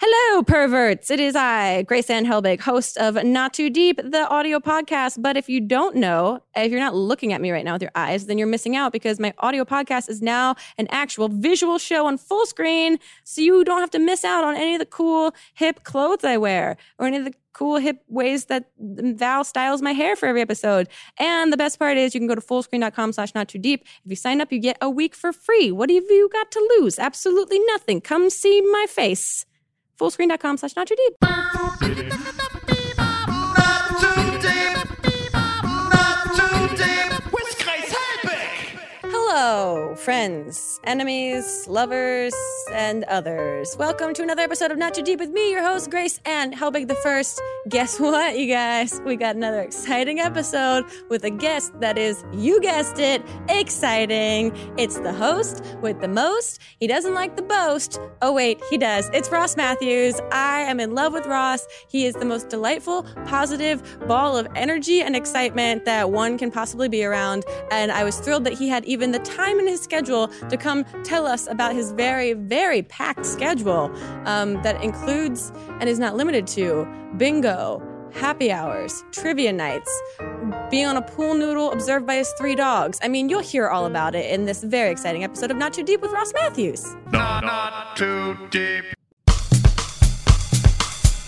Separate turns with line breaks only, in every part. Hello, perverts. It is I, Grace Ann Helbig, host of Not Too Deep, the audio podcast. But if you don't know, if you're not looking at me right now with your eyes, then you're missing out because my audio podcast is now an actual visual show on full screen. So you don't have to miss out on any of the cool, hip clothes I wear or any of the cool, hip ways that Val styles my hair for every episode. And the best part is you can go to fullscreen.com slash not too deep. If you sign up, you get a week for free. What have you got to lose? Absolutely nothing. Come see my face fullscreen.com slash not too deep.
Not too deep. Not too deep. With Grace
Hello, friends, enemies, lovers, and others. Welcome to another episode of Not Too Deep with me, your host, Grace and Helbig the First. Guess what, you guys? We got another exciting episode with a guest that is, you guessed it, exciting. It's the host with the most. He doesn't like the boast. Oh, wait, he does. It's Ross Matthews. I am in love with Ross. He is the most delightful, positive ball of energy and excitement that one can possibly be around. And I was thrilled that he had even the time in his schedule to come tell us about his very, very packed schedule um, that includes and is not limited to bingo. Happy hours, trivia nights, being on a pool noodle observed by his three dogs. I mean, you'll hear all about it in this very exciting episode of Not Too Deep with Ross Matthews.
Not, not too deep.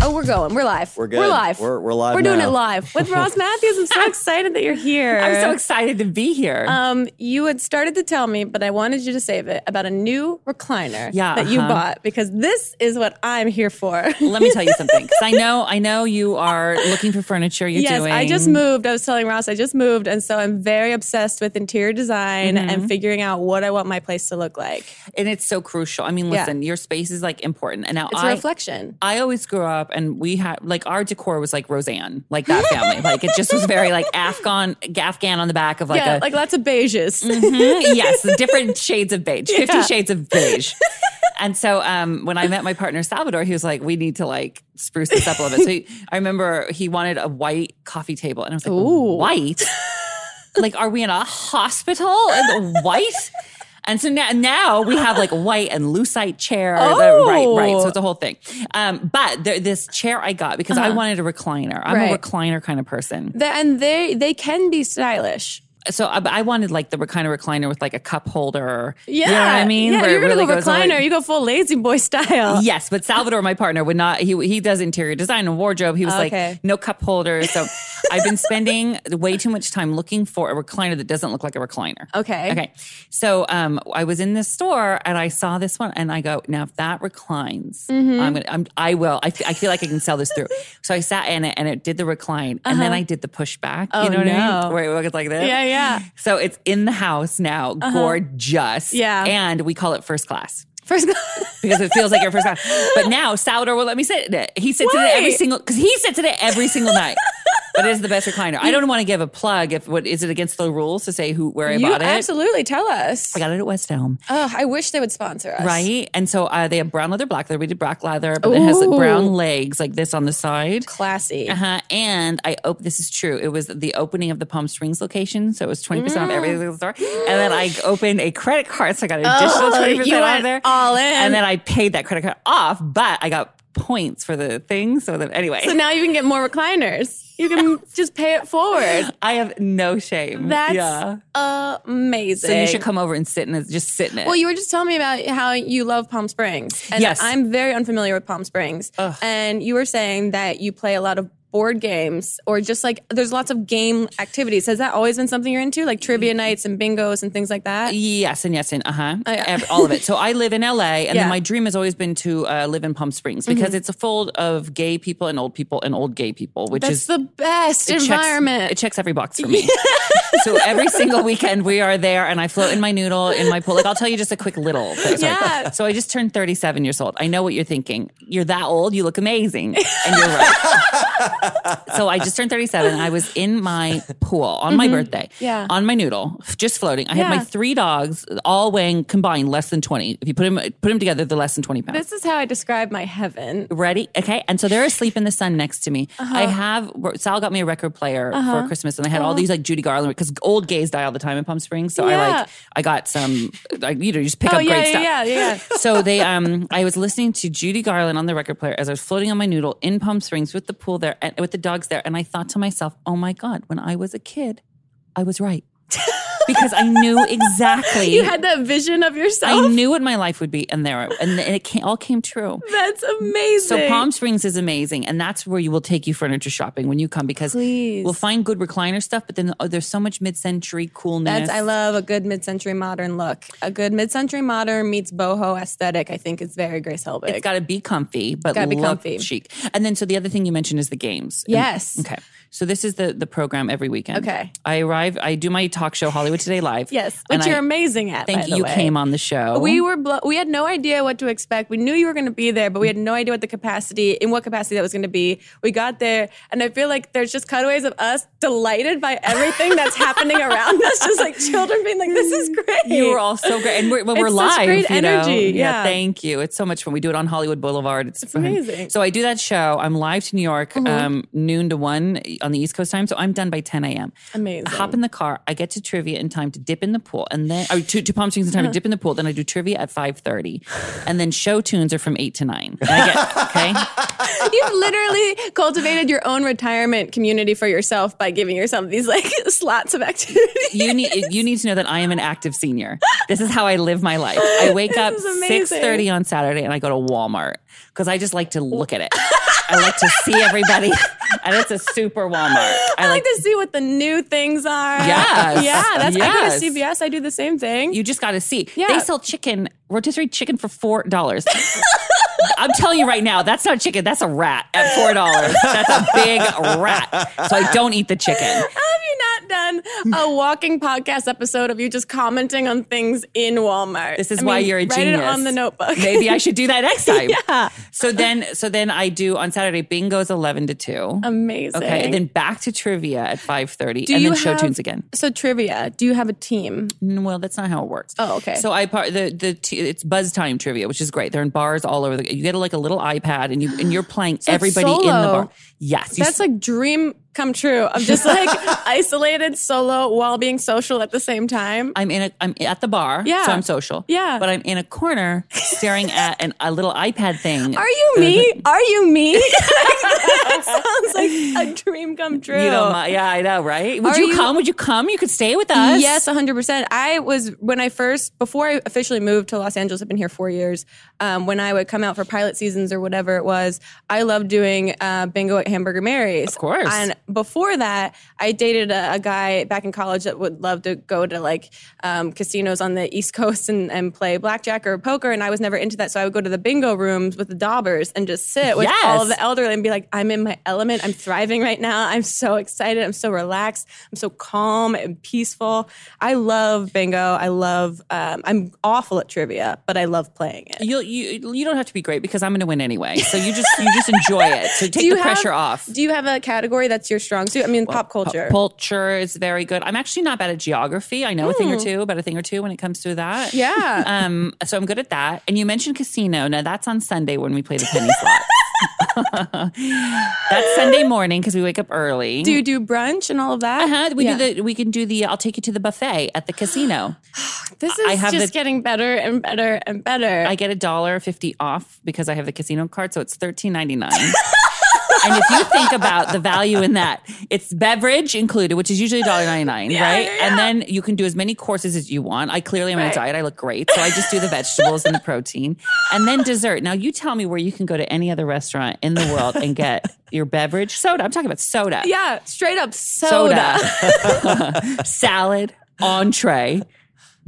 Oh, we're going. We're live.
We're good.
We're live.
We're, we're live.
We're doing
now.
it live with Ross Matthews. I'm so excited that you're here.
I'm so excited to be here.
Um, you had started to tell me, but I wanted you to save it about a new recliner
Yeah,
that you
uh-huh.
bought because this is what I'm here for.
Let me tell you something, because I know, I know you are looking for furniture. You're
yes,
doing.
I just moved. I was telling Ross I just moved, and so I'm very obsessed with interior design
Mm-hmm.
and figuring out what I want my place to look like.
and it's so crucial. I mean,
Yeah.
listen, your space is like important, and now
It's a
I.
reflection.
I always grew up and we had like our decor was like Roseanne, like that family. like it just was very like Afghan Afghan on the back of like
yeah,
a
like lots of beiges.
Mhm. yes, the different shades of beige, 50 shades of beige. And so um, when I met my partner Salvador, he was like, we need to like spruce this up a little bit. So he, I remember he wanted a white coffee table. And I was like,
Ooh.
white? like, are we in a hospital? And white? And so now, now we have like white and lucite chair. The- right,
Oh.
right. So it's a whole thing. Um, but there, this chair I got because I wanted a recliner. I'm a
Uh-huh. Right.
recliner kind of person
The- and they they can be stylish.
so I, I wanted like the kind of recliner with like a cup holder.
Yeah,
you know what I mean.
Yeah,
Where it
you're gonna
really
go
goes all the way-
recliner. You go full lazy boy style.
Yes, but Salvador, my partner, would not. He he does interior design and wardrobe. He was
Okay.
like no cup holders. So I've been spending way too much time looking for a recliner that doesn't look like a recliner.
Okay.
Okay. So um, I was in this store and I saw this one and I go, now if that reclines,
Mm-hmm.
I'm gonna, I'm, I will. I, fe- I feel like I can sell this through. so I sat in it and it did the recline and then I did the pushback.
Oh,
you know what I
no.
mean? Where it goes like this.
Yeah, yeah. Uh-huh.
So it's in the house now, gorgeous.
Yeah.
And we call it first class
First,
because it feels like your first time. But now Salvador will let me sit in it. He sits in it every
Why?
single because he sits in it every single night. But it is the best recliner. I don't want to give a plug. If what is it against the rules to say who where I
you
bought it?
absolutely tell us.
I got it at West Elm,
Oh, I wish they would sponsor us.
right? And so uh, they have brown leather, black leather. We did black leather, but it has like, brown
Ooh.
legs like this on the side.
Classy.
Uh-huh. And I op- this is true. It was the opening of the Palm Springs location, so it was twenty
Mm.
percent off everything in the store. And then I opened a credit card, so I got an additional
Oh,
twenty
you
percent off
went
there.
all in.
and then I paid that credit card off, but I got points for the thing. So that anyway,
So now you can get more recliners. You can just pay it forward.
I have no shame.
That's
yeah.
amazing.
So you should come over and sit in it, just sit in it.
Well, you were just telling me about how you love Palm Springs. And
Yes.
I'm very unfamiliar with Palm Springs. And you were saying that you play a lot of board games or just like there's lots of game activities. Has that always been something you're into? Like
Mm.
trivia nights and bingos and things like that?
Yes and yes and uh huh.
Oh, yeah.
All of it. So I live in LA, and
Yeah. Mm-hmm.
then my dream has always been to uh, live in Palm Springs because it's a fold of gay people and old people and old gay people, which
That's
is
the best
it checks-
environment.
it checks every box for me. so every single weekend we are there, and I float in my noodle in my pool. Like I'll tell you just a quick little. Thing. Sorry.
Yeah.
So I just turned 37 years old. I know what you're thinking. You're that old. You look amazing, and you're right. so I just turned 37. I was in my pool on my birthday.
Mm-hmm. Yeah.
On my noodle, just floating. I had
Yeah.
my three dogs, all weighing combined less than 20. If you put them, put them together, they're less than 20 pounds.
This is how I describe my heaven.
Ready? Okay. And so they're asleep in the sun next to me.
Uh-huh.
I have, Sal got me a record player for Christmas and I had all these like Judy Garland, because old gays die all the time in Palm Springs. So I
Yeah.
like, I got some, like, you know, you just pick
Oh,
up
yeah,
great
yeah,
stuff.
yeah, yeah.
so they, um, I was listening to Judy Garland on the record player as I was floating on my noodle in Palm Springs with the pool there and with the dogs there. And I thought to myself, oh my God, when I was a kid, I was right. because I knew exactly.
You had that vision of
I
yourself.
knew what my life would be, and there, and it came, all came true.
That's amazing.
So Palm Springs is amazing, and that's where you will take you furniture shopping when you come because
Please.
we'll find good recliner stuff. But then oh, there's so much mid-century coolness.
That's, I love a good mid-century modern look. A good mid-century modern meets boho aesthetic. I think is very Grace Helbig.
It's got to be comfy, but
gotta be
look
comfy.
chic. And then so the other thing you mentioned is the games. And-
Yes.
okay. So this is the the program every weekend.
Okay.
I arrive. I do my talk show Hollywood Today live.
yes, which
and
you're
I
amazing at.
Think
by the
you
way.
came on the show.
We were blo- we had no idea what to expect. We knew you were going to be there, but we had no idea what the capacity in what capacity that was going to be. We got there, and I feel like there's just cutaways of us delighted by everything that's happening around us, just like children being like, "This is great."
You were all so great, and we're, well, we're
It's
live.
such great
you know?
energy, yeah.
thank you. It's so much fun. We do it on Hollywood Boulevard. It's, fun.
amazing. Mm-hmm.
So I do that show. I'm live to New York, um, noon to one on the East Coast time. So I'm done by 10 a.m.
Amazing.
I hop in the car. I get to trivia in time to dip in the pool, and then or to, to Palm Springs in time to dip in the pool. Then I do trivia at 5:30, and then show tunes are from eight to nine. And I get, okay,
You've literally cultivated your own retirement community for yourself by giving yourself these like slots of activity.
you need you need to know that I am an active senior. This is how I live my life. I wake up
is amazing.
6:30 on Saturday and I go to Walmart because I just like to look at it. I like to see everybody, and it's a super Walmart.
I like to see what the new things are.
Yes.
Yeah, that's I go
Yes.
to CBS, I do the same thing.
You just got to see.
Yeah.
They sell chicken, rotisserie chicken for four dollars. I'm telling you right now, that's not chicken. That's a rat at four dollars. That's a big rat. So I don't eat the chicken.
Have you not done a walking podcast episode of you just commenting on things in Walmart?
This is
I
why
mean,
you're a genius.
Write it on the notebook.
Maybe I should do that next time.
Yeah.
So then, so then I do on Saturday. Bingo's eleven to two.
Amazing.
Okay, and then back to trivia at five thirty,
Do
and
you
then show
have-
tunes again.
So trivia. Do you have a team?
Mm, Well, that's not how it works.
Oh, okay.
So I part the the t- it's buzz time trivia, which is great. They're in bars all over the. You get like a little iPad, and you and you're playing everybody in the
solo.
bar. Yes, you
That's like dream come true of just like isolated solo while being social at the same time.
I'm in a I'm at the bar,
Yeah.
so I'm social.
Yeah.
But I'm in a corner staring at an, a little iPad thing. Uh,
Are you me? Are you me? that sounds like a dream come true.
You don't mind. Yeah, I know, right? Would
Are
you,
you-
come? Would you come? You could stay with us.
Yes, 100%. I was, when I first, before I officially moved to Los Angeles, I've been here four years. Um, when I would come out for pilot seasons or whatever it was, I loved doing uh, bingo at Hamburger Mary's. Of
course.
And before that, I dated a, a guy back in college that would love to go to like um, casinos on the East Coast and, and play blackjack or poker. And I was never into that. So I would go to the bingo rooms with the daubers and just sit with
Yes.
all the elderly and be like, I'm in my element. I'm thriving right now. I'm so excited. I'm so relaxed. I'm so calm and peaceful. I love bingo. I love, um, I'm awful at trivia, but I love playing it.
You'll, you you don't have to be great because I'm going to win anyway. So you just you just enjoy it. So take
you
the pressure
have,
off.
Do you have a category that's your strong suit? I mean, pop culture.
Culture is very good. I'm actually not bad at geography. I know a thing or two about a thing or two when it comes to that.
Hmm. Yeah.
Um. So I'm good at that. And you mentioned casino. Now that's on Sunday when we play the penny slot. that's Sunday morning because we wake up early.
do you do brunch and all of that?
Uh-huh. We
Yeah.
do the. We can do the. I'll take you to the buffet at the casino.
This is
I have
just
the-
getting better and better and better.
I get a dollar fifty off because I have the casino card, so it's thirteen ninety nine. and if you think about the value in that, it's beverage included, which is usually $1.99, right? And then you can do as many courses as you want. I clearly am on a
Right.
diet. I look great. So I just do the vegetables and the protein. And then dessert. Now you tell me where you can go to any other restaurant in the world and get your beverage. Soda. I'm talking about soda.
yeah, straight up soda.
Soda. Salad, entree,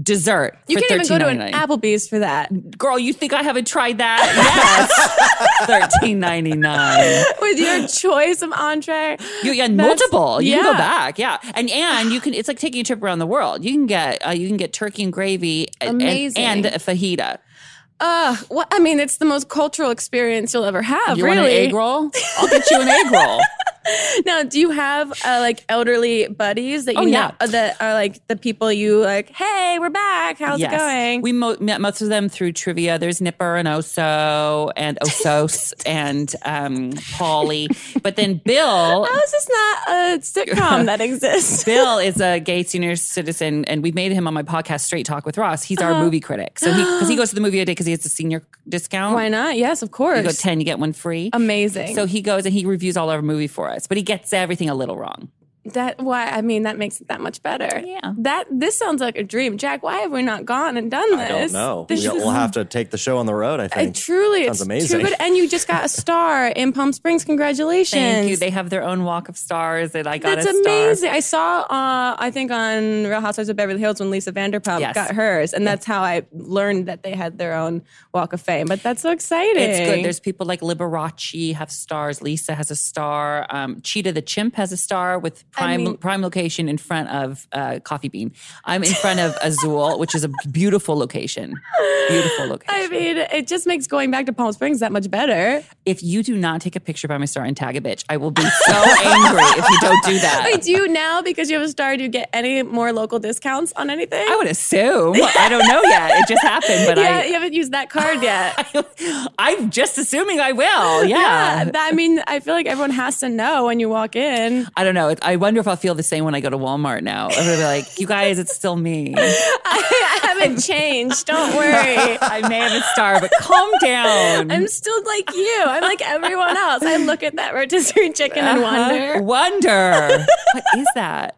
dessert.
You
for
can't even go to an
$13.99
Applebee's for that.
girl, you think I haven't tried that? Yes. Thirteen ninety nine.
With your choice of entree.
You yeah,
That's-
multiple. You can go
yeah.
back. Yeah. And and you can it's like taking a trip around the world. You can get uh, you can get turkey and gravy and, and,
Amazing.
and a fajita.
Uh, well, I mean, it's the most cultural experience you'll ever have,
You
really.
want an egg roll? I'll get you an egg roll.
Now, do you have uh, like elderly buddies that you
Oh, yeah.
know uh, that are like the people you like? Hey, we're back. How's it going?
We mo- met most of them through trivia. There's Nipper and Oso and Osos and um, Polly. But then Bill,
How Oh, is this not a sitcom that exists?
Bill is a gay senior citizen, and we've made him on my podcast, Straight Talk with Ross. He's
Uh-huh.
our movie critic. So he, because he goes to the movie a day because he has a senior discount.
Why not? Yes, of
You go
course.
10, you get one free.
Amazing.
So he goes and he reviews all our movie for us, but he gets everything a little wrong.
That why I mean that makes it that much better.
Yeah.
That this sounds like a dream, Jack. Why have we not gone and done
I
this?
don't know.
This
we'll,
is-
we'll have to take the show on the road. I
I
think.
truly,
Sounds
it's
amazing.
too good. And you just got a star in Palm Springs. Congratulations!
Thank you. They have their own walk of stars, and I got
That's
a star.
amazing. I saw, uh, I think on Real Housewives of Beverly Hills when Lisa Vanderpump
Yes.
got hers, and that's how I learned that they had their own Walk of Fame. But that's so exciting.
It's good. There's people like Liberace have stars. Lisa has a star. Um, Cheetah the chimp has a star with prime
mean-
prime location in front of uh, Coffee Bean. I'm in front of Azul, which is a beautiful location. Beautiful location.
I mean, it just makes going back to Palm Springs that much better.
if you do not take a picture by my star and tag a bitch, I will be so angry if you don't do that.
Wait, do you now because you have a star? Do you get any more local discounts on anything?
I would assume. I don't know yet. It just happened, but
yeah,
I.
you haven't used that card yet.
I'm just assuming I will. Yeah.
that- I mean, I feel like everyone has to know when you walk in.
I don't know. It- I wonder if I'll feel the same when I go to Walmart now. I'm gonna be like, you guys, it's still me.
I haven't changed. Don't worry.
I may have a star, but calm down.
I'm still like you. I'm like everyone else. I look at that rotisserie chicken and
Huh?
wonder.
Wonder. what is that?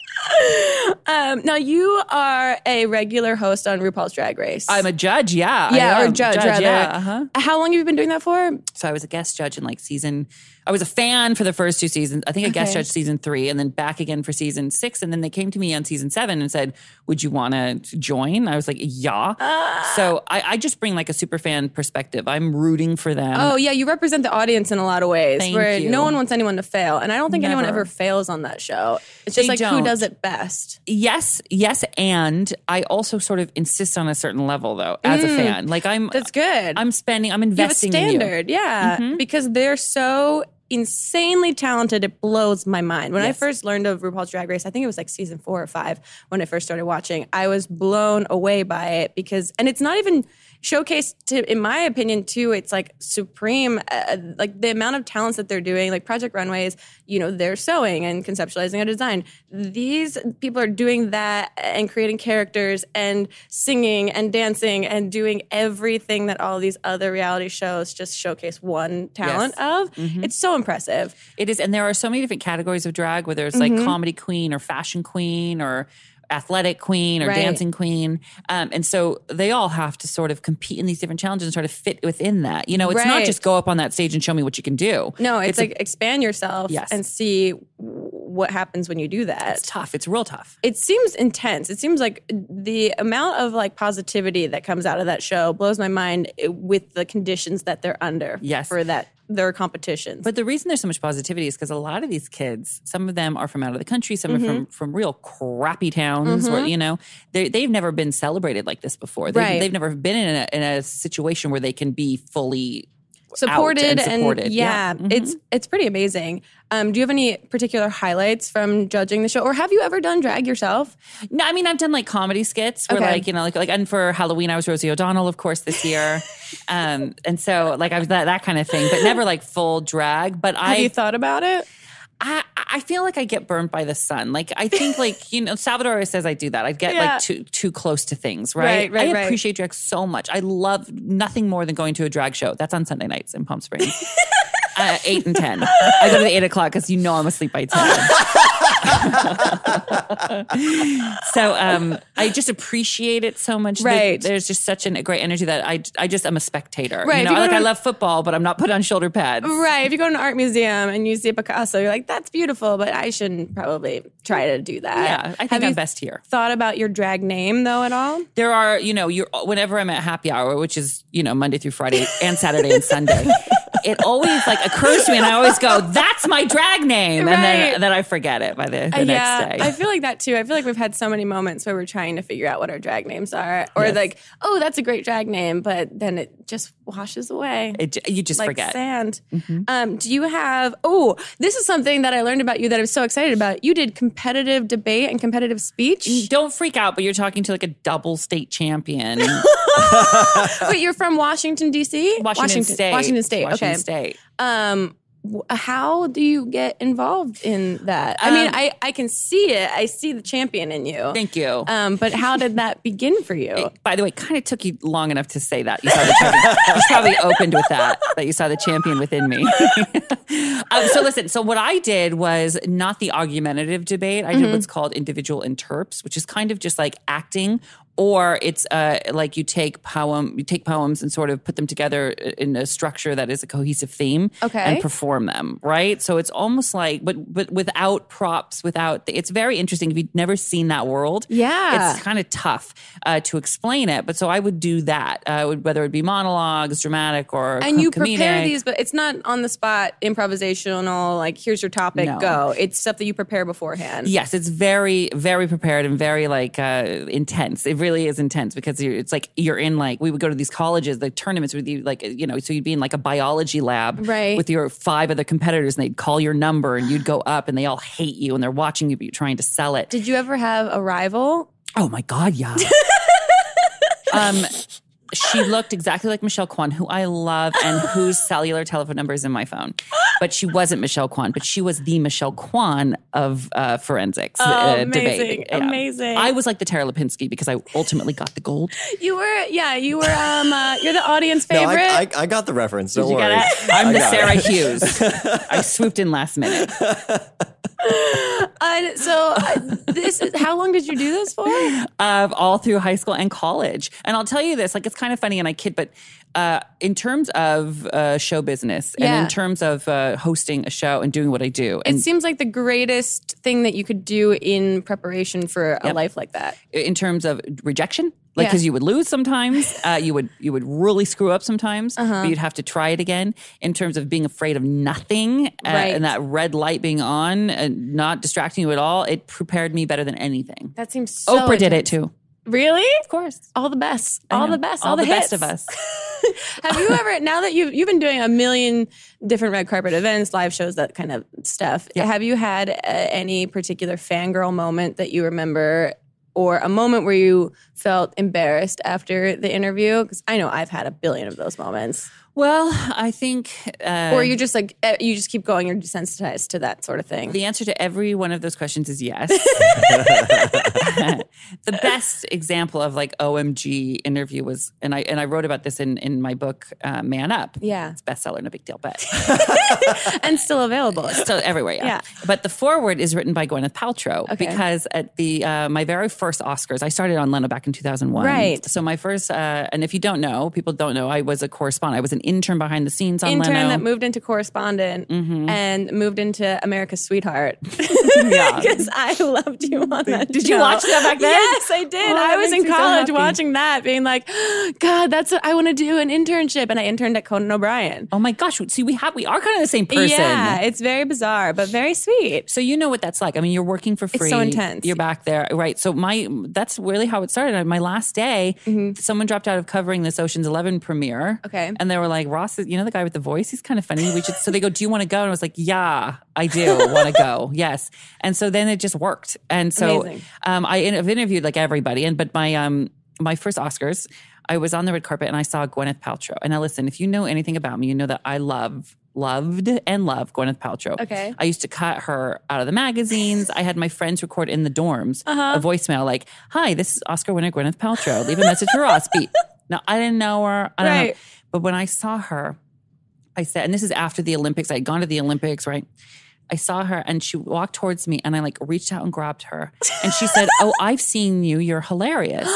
Um, now you are a regular host on RuPaul's Drag Race.
I'm a judge. Yeah. I
yeah, or
am.
judge, rather.
Yeah. Uh-huh. Um,
How long have you been doing that for?
So I was a guest judge in like season. I was a fan for the first two seasons. I think a guest
Okay.
judge season three, and then back again for season six. And then they came to me on season seven and said, "Would you want to join?" I was like, "Yeah."
Ah.
so I, I just bring like a super fan perspective. I'm rooting for them.
Oh yeah, you represent the audience in a lot of ways
Thank
where
you.
no one wants anyone to fail, and I don't think anyone
Never.
ever fails on that show. It's just
They
like who
don't.
does it best.
Yes, yes, and I also sort of insist on a certain level though as a fan. Like I'm
Mm. That's good.
I'm spending, I'm
you have a
investing in you. Mm-hmm.
standard, yeah, because they're so insanely talented. It blows my mind. When I
Yes.
first learned of RuPaul's Drag Race, I think it was like season four or five when I first started watching. I was blown away by it because, and it's not even showcased to, in my opinion, too. It's like supreme, uh, like the amount of talents that they're doing, like Project Runways. You know, they're sewing and conceptualizing a design. These people are doing that and creating characters and singing and dancing and doing everything that all these other reality shows just showcase one talent of.
Mm-hmm.
It's so impressive.
It is, and there are so many different categories of drag, whether it's
Mm-hmm.
like comedy queen or fashion queen or athletic queen or
Right.
dancing queen. Um, and so they all have to sort of compete in these different challenges and sort of fit within that. You know, it's not
Right.
just go up on that stage and show me what you can do.
No, it's,
a-
like expand yourself
Yes.
and see w- what happens when you do
it's
that.
tough. It's real tough.
It seems intense. It seems like the amount of like positivity that comes out of that show blows my mind eh, with the conditions that they're under
Yes.
for that their competitions.
But the reason there's so much positivity is because a lot of these kids, some of them are from out of the country, some
Mm-hmm.
are from from real crappy towns where you know they they've never been celebrated like this before. They've,
Right.
they've never been in a, in a situation where they can be fully
supported
out and
and,
supported. Mm-hmm.
yeah, it's it's pretty amazing. Um, do you have any particular highlights from judging the show, or have you ever done drag yourself?
No, I mean I've done like comedy skits where
Okay.
like you know like like and for Halloween I was Rosie O'Donnell of course this year, um and so like I was that that kind of thing, but never like full drag. But
Have you
I
thought about it?
I I feel like I get burned by the sun. Like I think like you know Salvador always says I do that. I get
Yeah.
like too too close to things.
Right,
Right,
right,
I
right.
appreciate drag so much. I love nothing more than going to a drag show. That's on Sunday nights in Palm Springs. Uh, eight and ten. I go to the eight o'clock because you know I'm asleep by ten. so um, I just appreciate it so much. that
Right.
there's just such an, a great energy that I I just am a spectator.
Right, if
You know,
you go
like
to-
I love football, but I'm not put on shoulder pads.
Right. If you go to an art museum and you see a Picasso, you're like, "That's beautiful," but I shouldn't probably try to do that.
Yeah, I think
have
I'm
you
best here.
Thought about your drag name though at all?
there are, you know, you're whenever I'm at happy hour, which is, you know, Monday through Friday and Saturday and Sunday, it always like occurs to me and I always go, that's my drag name. And
Right. Uh,
then, then I forget it by the,
yeah,
the next day.
I feel like that too. I feel like we've had so many moments where we're trying to figure out what our drag names are, or
Yes.
like, oh, that's a great drag name, but then it just washes away.
It, j- you just
like
forget. Mm-hmm.
sand. Um, do you have? Oh, this is something that I learned about you that I'm so excited about. You did competitive debate and competitive speech,
Don't freak out, but you're talking to like a double state champion,
but you're from Washington D.C.
Washington, State,
Washington State.
Washington
okay.
State.
Um, wh- how do you get involved in that? I mean,
Um,
I I can see it. I see the champion in you.
Thank you.
Um, but how did that begin for you?
By the way, kind of took you long enough to say that. You, saw the champion. you probably opened with that, that you saw the champion within me. um, so listen, so what I did was not the argumentative debate. I did what's called individual interps, which is kind of just like acting or it's uh, like you take poem you take poems and sort of put them together uh, in a structure that is a cohesive theme
Okay.
and perform them right so it's almost like but but without props without it's very interesting if you've never seen that world
Yeah.
it's kind of tough uh, to explain it, but so I would do that. Uh, I would, whether it be monologues, dramatic, or
And
co-
you
comedic.
prepare these, but it's not on the spot improvisational. Like here's your topic,
No.
go. It's stuff that you prepare beforehand.
Yes, it's very, very prepared and very like uh, intense. It really is intense because you're, it's like you're in like we would go to these colleges, the tournaments with you, like you know, so you'd be in like a biology lab
Right.
with your five other competitors, and they'd call your number, and you'd go up, and they all hate you, and they're watching you, but you're trying to sell it.
Did you ever have a rival?
Oh my God, yeah. um, she looked exactly like Michelle Kwan, who I love and whose cellular telephone number is in my phone. But she wasn't Michelle Kwan, but she was the Michelle Kwan of uh, forensics uh,
amazing,
debate. Yeah.
amazing.
I was like the Tara Lipinski because I ultimately got the gold.
You were, yeah, you were. Um, uh, you're the audience
No,
favorite.
I, I, I got the reference. Don't
You
worry.
got it? I'm
I
the
got it.
Sarah Hughes. I swooped in last minute.
Uh, so uh, this is how long did you do this for?
of all through high school and college. And I'll tell you this, like it's kind of funny, and I kid, but uh, in terms of uh, show business
Yeah.
and in terms of uh, hosting a show and doing what I do,
It
and
seems like the greatest thing that you could do in preparation for a life like that.
in terms of rejection, like
Yeah.
because you would lose sometimes, uh, you would you would really screw up sometimes,
Uh-huh.
but you'd have to try it again. In terms of being afraid of nothing uh,
Right.
and that red light being on and not distracting you at all, it prepared me better than anything.
That seems so
Oprah did it
intense.
too.
Really?
Of course.
All the best. All the best. All,
the,
hits.
best of us.
Have you ever now that you've you've been doing a million different red carpet events, live shows, that kind of stuff? Have you had uh, any particular fangirl moment that you remember, or a moment where you felt embarrassed after the interview? Because I know I've had a billion of those moments.
Well, I think uh,
or you just like eh, you just keep going. You're desensitized to that sort of thing.
The answer to every one of those questions is yes. the best example of like OMG interview was, and I and I wrote about this in in my book uh, Man Up.
Yeah.
it's a bestseller, no big deal, but
and still available.
still everywhere. Yeah.
Yeah.
but the foreword is written by Gwyneth Paltrow
Okay.
because at the uh, my very first Oscars, I started on Leno back in 2001.
Right.
So my first, uh, and if you don't know, people don't know, I was a correspondent. I was an intern behind the scenes on
Intern
Leno.
that moved into correspondent
Mm-hmm.
and moved into America's Sweetheart.
Yeah.
Because I loved you on that.
Did you
show.
watch that back then?
Yes, I did.
Oh,
I
that
was
makes
in
me so
college
happy.
watching that, being like, God, that's what I want to do an internship. And I interned at Conan O'Brien.
oh my gosh! See, we have we are kind of the same person.
Yeah, it's very bizarre, but very sweet.
So you know what that's like. I mean, you're working for free.
so intense.
You're back there, right? So my that's really how it started. My last day, someone dropped out of covering this Ocean's Eleven premiere.
Mm-hmm. Okay.
and they were like, "Ross, is- you know the guy with the voice? He's kind of funny. We should." so they go, "Do you want to go?" And I was like, "Yeah, I do want to go. Yes." And so then it just worked. And so
Amazing.
um, I in- I've interviewed like everybody, and but my um my first Oscars. I was on the red carpet and I saw Gwyneth Paltrow. And now, listen, if you know anything about me, you know that I love, loved, and love Gwyneth Paltrow.
Okay.
I used to cut her out of the magazines. I had my friends record in the dorms
Uh-huh.
a voicemail like, "Hi, this is Oscar winner Gwyneth Paltrow. Leave a message for Ross." Beat. Now I didn't know her. I don't know.
Right.
But when I saw her, I said, and this is after the Olympics. I had gone to the Olympics, right? I saw her and she walked towards me and I like reached out and grabbed her. And she said, Oh, I've seen you. You're hilarious.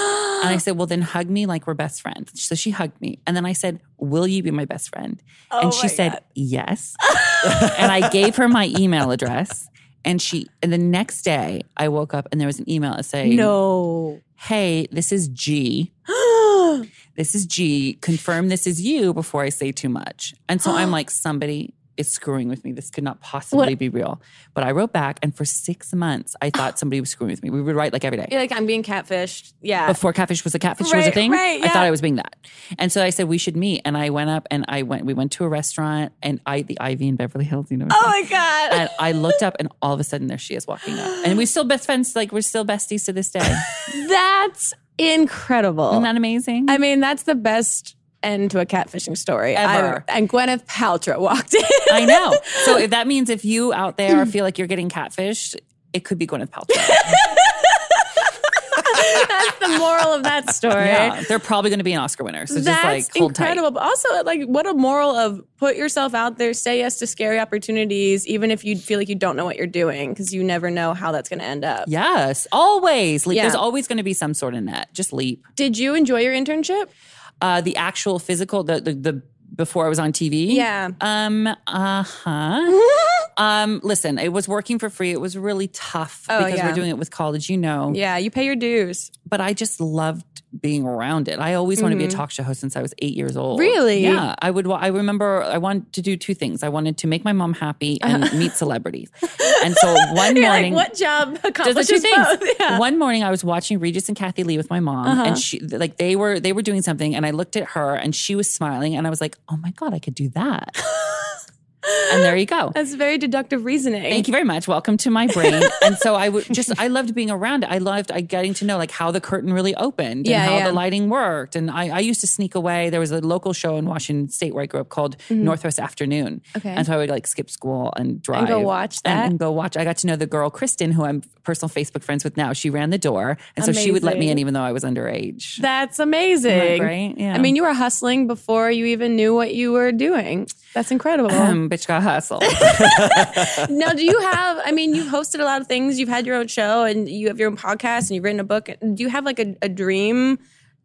And I said, Well, then hug me like we're best friends. So she hugged me. And then I said, Will you be my best friend? and she
Oh my
said,
God.
Yes. and I gave her my email address. And she, and the next day I woke up and there was an email saying,
No.
Hey, this is G. This is G. Confirm this is you before I say too much. And so I'm like, somebody is screwing with me. This could not possibly
What-
be real. But I wrote back, and for six months, I thought somebody was screwing with me. We would write like every day.
You're like, I'm being catfished. Yeah.
Before catfish was a catfish was a
Right,
thing,
right,
I thought
yeah.
I was being that, and so I said we should meet. And I went up and I went. We went to a restaurant and I the Ivy in Beverly Hills. You know, what I'm
oh
saying?
my God.
and I looked up, and all of a sudden, there she is walking up, and we're still best friends. Like we're still besties to this day. Isn't
That's incredible.
that amazing?
I mean, that's the best end to a catfishing story
Ever.
I- and Gwyneth Paltrow walked in.
I know. So if that means if you out there feel like you're getting catfished, it could be Gwyneth Paltrow.
that's the moral of that story.
Yeah, they're probably going to be an Oscar winner. So just like
That's
hold
incredible. But also, like, what a moral of put yourself out there, say yes to scary opportunities, even if you feel like you don't know what you're doing, because you never know how that's going to end up.
tight. Yes, always. Like,
Yeah.
There's always going to be some sort of net. Just leap.
Did you enjoy your internship?
Uh, the actual physical, the the, the before I was on TV.
Yeah.
Um. Uh huh. um. Listen, it was working for free. It was really tough
Oh,
because
yeah.
we're doing it with college. You know.
Yeah, you pay your dues.
but I just loved being around it. I always wanted to be a talk show host since I was eight years old.
Mm-hmm. Really?
Yeah. I would. wa- I remember I wanted to do two things. I wanted to make my mom happy and meet celebrities. And so one
Uh-huh. You're
morning,
like, what job
just the two
accomplishes
things.
both? Yeah. Uh-huh.
One morning, I was watching Regis and Kathy Lee with my mom, and she like they were they were doing something, and I looked at her, and she was smiling, and I was like, oh my god, I could do that. and there you go.
That's very deductive reasoning.
Thank you very much. Welcome to my brain. and so I would just I loved being around it. I loved I getting to know like how the curtain really opened
Yeah,
and how
yeah.
the lighting worked. And I, I used to sneak away. There was a local show in Washington State where I grew up called Northwest Afternoon.
Mm-hmm. Okay.
And so I would like skip school and drive
go watch
and-
that.
And, go watch. I got to know the girl Kristen, who I'm personal Facebook friends with now. She ran the door. And so she would let me in
Amazing.
even though I was underage.
That's amazing.
right? Yeah.
I mean, you were hustling before you even knew what you were doing. That's incredible.
um, bitch got hustled.
now, do you have, I mean, you've hosted a lot of things, you've had your own show, and you have your own podcast, and you've written a book. Do you have like a, a dream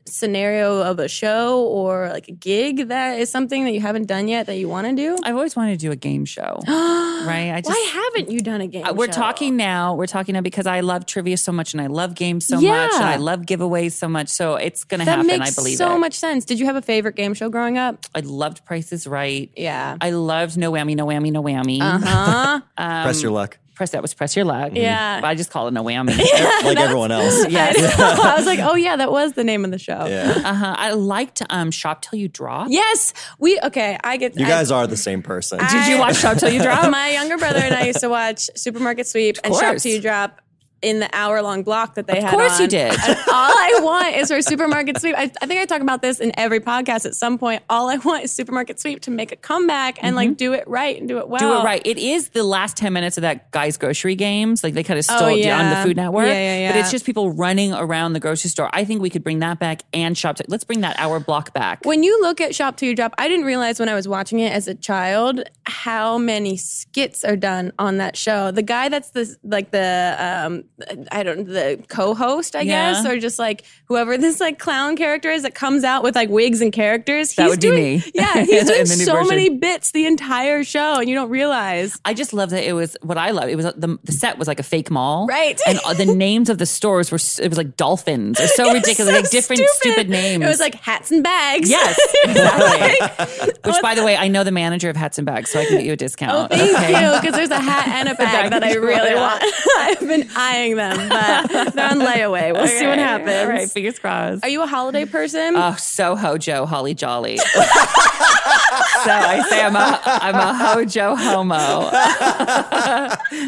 scenario of a show or like a gig that is something that you haven't done yet that you want to do?
I've always wanted to do a game show. right? I just
Why haven't you done a game?
We're
show?
talking now. We're talking now because I love trivia so much and I love games so much and
Yeah.
I love giveaways so much. So it's going to
That
happen.
makes
I believe
so
it.
much sense. Did you have a favorite game show growing up?
I loved Price is Right.
Yeah.
I loved No Whammy, No Whammy, No Whammy.
Uh-huh. Huh?
Press
Um,
your luck,
Press that was Press Your Luck.
Yeah.
But I just call it No Whammy.
like everyone else.
yes.
I was like, oh yeah, that was the name of the show.
Yeah.
Uh huh. I liked um, Shop Till You Drop.
Yes, we okay. I get
You
I-
guys are the same person.
Did you
I-
watch Shop Till You Drop?
My younger brother and I used to watch Supermarket Sweep and Shop
course.
Till You Drop in the hour long block that they had.
of course you
on.
did.
And all I want is for Supermarket Sweep. I, I think I talk about this in every podcast at some point. All I want is Supermarket Sweep to make a comeback and like do it right and do it well.
Mm-hmm. Do it right. It is the last 10 minutes of that guy's grocery games. Like they kind of stole it
Oh,
on
yeah.
the Food Network.
Yeah, yeah,
But
yeah.
it's just people running around the grocery store. I think we could bring that back and shop. Till- Let's bring that hour block back.
When you look at Shop Till You Drop, I didn't realize when I was watching it as a child how many skits are done on that show. The guy that's the like the um I don't the co-host, I
Yeah.
guess, or just like whoever this like clown character is that comes out with like wigs and characters.
That would be
doing,
me.
Yeah, he's doing
In the new
so
version.
many bits the entire show, and you don't realize.
I just love that it was what I love. It was uh, the, the set was like a fake mall,
Right.
And all the names of the stores were s- it was like dolphins. It was so ridiculous,
So
like different stupid, names.
It was like hats and bags.
yes, exactly. Which, by the way, I know the manager of Hats and Bags, so I can get you a
Oh,
discount.
thank
okay?
you, because there's a hat and a bag that I really want. I've been eyeing them, but they're on layaway. We'll see what
Okay.
happens.
All right, fingers crossed.
Are you a holiday person?
Oh, so hojo holly jolly. so I say I'm a I'm a hojo homo,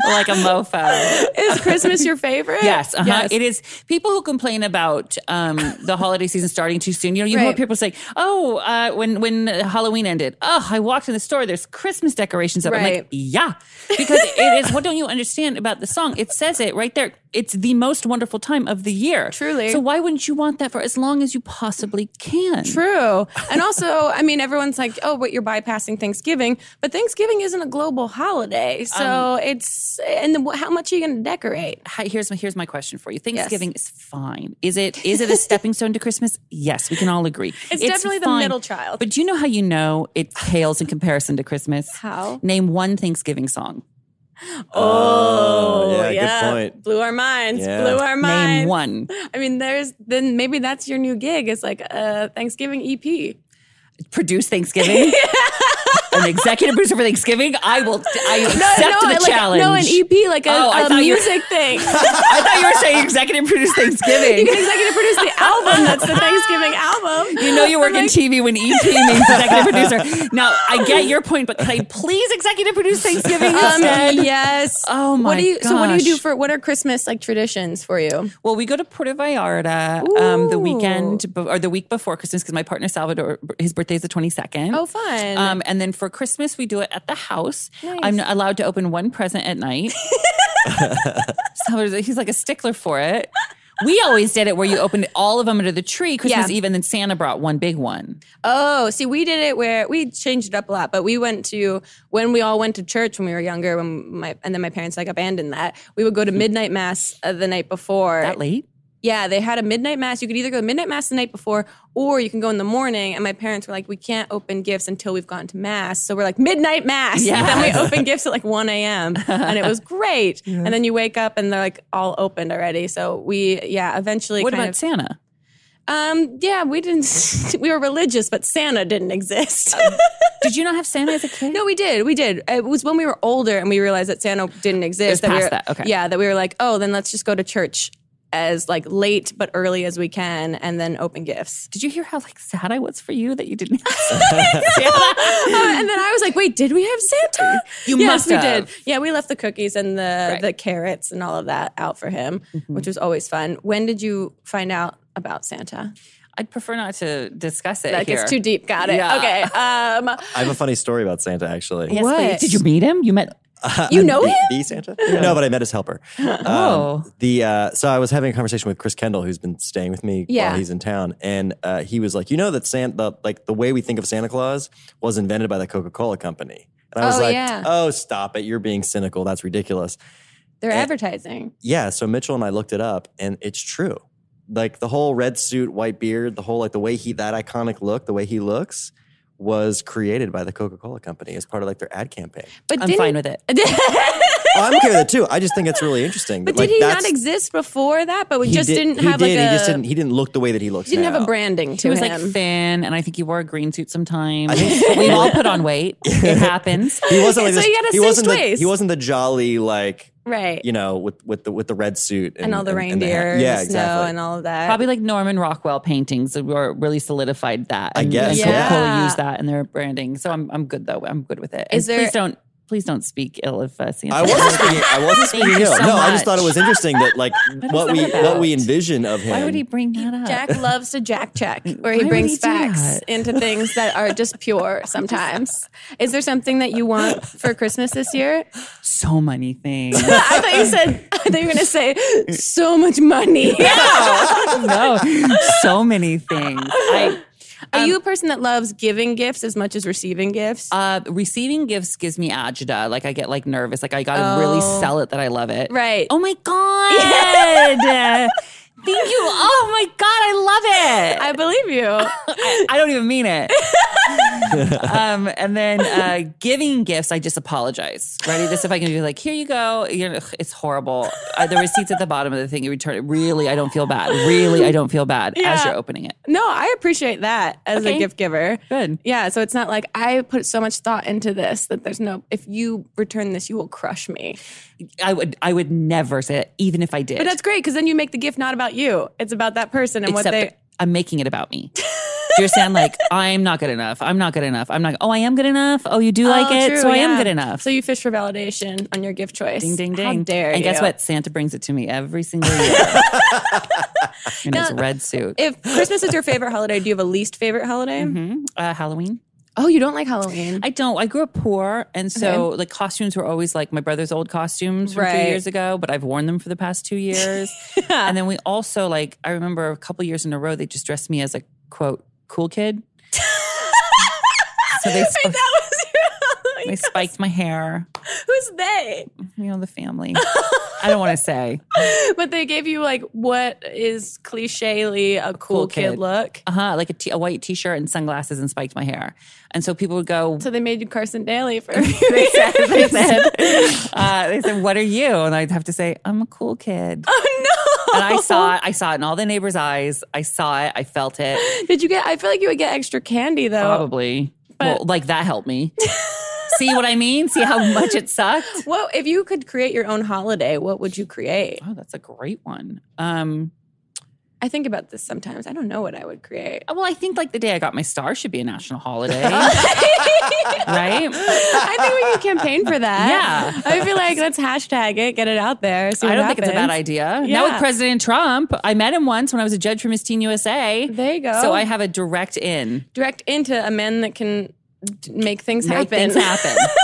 like a mofo.
Is Christmas your favorite?
Yes, uh-huh.
Yes.
it is. People who complain about um, the holiday season starting too soon. You know, you hear
Right.
people say, "Oh, uh, when when Halloween ended, oh, I walked in the store. There's Christmas decorations up." I'm
Right.
like, "Yeah," because it is. What don't you understand about the song? It says it right there. It's the most wonderful time of the year.
Truly.
So why wouldn't you want that for as long as you possibly can?
True. And also, I mean, everyone's like, oh, but you're bypassing Thanksgiving. But Thanksgiving isn't a global holiday. So it's, and then wh- how much are you going to decorate?
Hi- Here's my here's my question for you. Thanksgiving is fine. Is it is it a stepping stone to Christmas? Yes, we can all agree.
It's definitely the middle child.
But do you know how you know it pales in comparison to Christmas?
How?
Name one Thanksgiving song.
Oh,
yeah, good point.
Blew our minds.
Yeah.
Blew our minds.
Name one.
I mean, there's, then maybe that's E your new gig. It's like a Thanksgiving EP.
Produce Thanksgiving. an executive producer for Thanksgiving, I will. I accept
no,
the
like,
challenge.
No, an E EP, like a,
Oh, I
a
thought you-
music thing.
I thought you were saying executive produce
You
Thanksgiving.
can executive produce the album. That's the Thanksgiving album.
You know you work in TV when EP means executive producer. Now I get your point, but can I please executive produce Thanksgiving
Um,
instead?
yes.
Oh
What
my
do you? So what do you do
gosh.
for? What are Christmas like traditions for you?
Well, we go to Puerto Vallarta um, the
Ooh.
weekend be- or the week before Christmas because my partner Salvador, his birthday is the twenty second.
Oh, fun.
Um, and then for Christmas, we do it at the house.
Nice.
I'm not allowed to open one present at night. so he's like a stickler for it. We always did it where you opened all of them under the tree Christmas
Yeah.
Eve, and then Santa brought one big one.
Oh, see, we did it where we changed it up a lot, but we went to when we all went to church when we were younger. When my and then my parents like abandoned that. We would go to midnight mass uh, the night before.
That late?
Yeah, they had a midnight mass. You could either go to midnight mass the night before, or you can go in the morning. And my parents were like, "We can't open gifts until we've gone to mass." So we're like, "Midnight mass."
Yeah.
And then we open gifts at like one a.m. and it was great. And then you wake up and they're like all opened already. So we, yeah, eventually.
What
kind
about
of-
Santa?
um, yeah, we didn't. we were religious, but Santa didn't exist.
Did you not have Santa as a kid?
no, we did. We did. It was when we were older and we realized that Santa didn't exist.
was
we
past
were,
that, okay.
Yeah, that we were like, oh, then let's just go to church as like late but early as we can, and then open gifts.
Did you hear how like sad I was for you that you didn't? Have
Uh, and then I was like, wait, did we have Santa?
You
yes,
must
we
have.
did. Yeah, we left the cookies and the
Right. Mm-hmm.
the carrots and all of that out for him, which was always fun. When did you find out about Santa?
I'd prefer not to discuss it.
That
here.
gets too deep. Got it.
Yeah.
Okay. Um,
I have a funny story about Santa actually.
Yes,
What?
please. Did you meet him? You met.
you know
the,
him?
the Santa? No, but I met his helper. Um,
Oh.
the uh, so I was having a conversation with Chris Kendall, who's been staying with me
Yeah.
while he's in town, and uh, he was like, "You know that Santa, the, like the way we think of Santa Claus, was invented by the Coca Cola Company." And I was
Oh,
like,
yeah.
"Oh, stop it! You're being cynical. That's ridiculous."
They're
And-
advertising.
Yeah. So Mitchell and I looked it up, and it's true. Like the whole red suit, white beard, the whole like the way he that iconic look, the way he looks, was created by the Coca Cola Company as part of like their ad campaign.
But
I'm
didn't,
fine with it.
Oh, I'm okay with it too. I just think it's really interesting.
But
like,
did he not
that's-
exist before that? But we just
did-
didn't
he
have
did,
like a.
he just didn't. He didn't look the way that he looks.
didn't have
now.
a branding to
He was
him.
like thin, and I think he wore a green suit sometime. We've all put on weight. It happens.
He wasn't like
So
this.
he had a cinched
wasn't the,
waist.
he wasn't the jolly like
right.
you know with with the with the red suit and,
and all the
and hat.
reindeer, and
yeah,
the snow,
exactly.
and all of that.
Probably like Norman Rockwell paintings that were really solidified that.
I
and-
guess,
And Coca Cola
yeah.
used that in their branding. So I'm, I'm good though. I'm good with it. And
Is there-
please don't please don't speak ill of uh, Santa.
I wasn't speaking. I wasn't
Thank
speaking
you
ill.
so
no, I just
much.
thought it was interesting that like what
that
we what
about?
we envision of him.
Why would he bring that up?
Jack loves to jack check, where
Why
he
would
brings
he do
facts
that?
into things that are just pure sometimes. Is there something that you want for Christmas this year?
so many things.
I thought you said I thought you were gonna say so much money.
no, so many things. I
Are you a person that loves giving gifts as much as receiving gifts?
uh, receiving gifts gives me agita. Like I get like nervous. Like I gotta really sell it that I love it.
Oh. Right.
Oh my god. Thank you. Oh my god, I love it.
I believe you.
I, I don't even mean it. um, and then uh, giving gifts, I just apologize. Ready? This if I can be like, here you go. You know, it's horrible. Uh, the receipts at the bottom of the thing. You return it. Really, I don't feel bad. Really, I don't feel bad as
Yeah.
you're opening it.
No, I appreciate that as a
Okay.
gift giver.
Good.
Yeah, so it's not like I put so much thought into this that there's no if you return this you will crush me.
I would I would never say that, even if I did.
But that's great cuz then you make the gift not about you. It's about that person and
Except
what they
I'm making it about me. Do you understand? Like I'm not good enough. I'm not good enough. I'm not. Oh, I am good enough. Oh, you do like
Oh,
it,
true,
so I am
yeah.
good enough.
So you fish for validation on your gift choice.
ding ding ding.
How dare
and
you?
guess what? Santa brings it to me every single year in his red suit.
If Christmas is your favorite holiday, do you have a least favorite holiday?
uh, Halloween.
Oh, you don't like Halloween.
I don't. I grew up poor, and so like costumes were always like my brother's old costumes from two
Right.
years ago, but I've worn them for the past two years. And then we also like I remember a couple years in a row they just dressed me as a quote cool kid. so they
Wait,
sp-
that was your
they
Halloween.
spiked my hair.
Who's they?
You know the family. I don't want to say.
But they gave you like what is clichely a cool,
cool
kid.
kid.
look.
Uh huh. Like a, t- a white t shirt and sunglasses and spiked my hair. And so people would go.
So they made you Carson Daly for
They said, they said, uh, they said, what are you? And I'd have to say, I'm a cool kid.
Oh no.
And I saw it. I saw it in all the neighbors' eyes. I saw it. I felt it.
Did you get I feel like you would get extra candy though.
Probably. well, like that helped me. See what I mean? See how much it sucked?
Well, if you could create your own holiday, what would you create?
Oh, that's a great one. Um,
I think about this sometimes. I don't know what I would create.
well, I think like the day I got my star should be a national holiday, right?
Oh, I think we can campaign for that.
Yeah.
I feel like let's hashtag it, get it out there. See
I
what
don't think it's a bad
happens.
idea. Now
Yeah.
with President Trump, I met him once when I was a judge for Miss Teen USA.
There you go.
So I have a direct in.
Direct into a man that can d- make things
Make
happen.
things happen.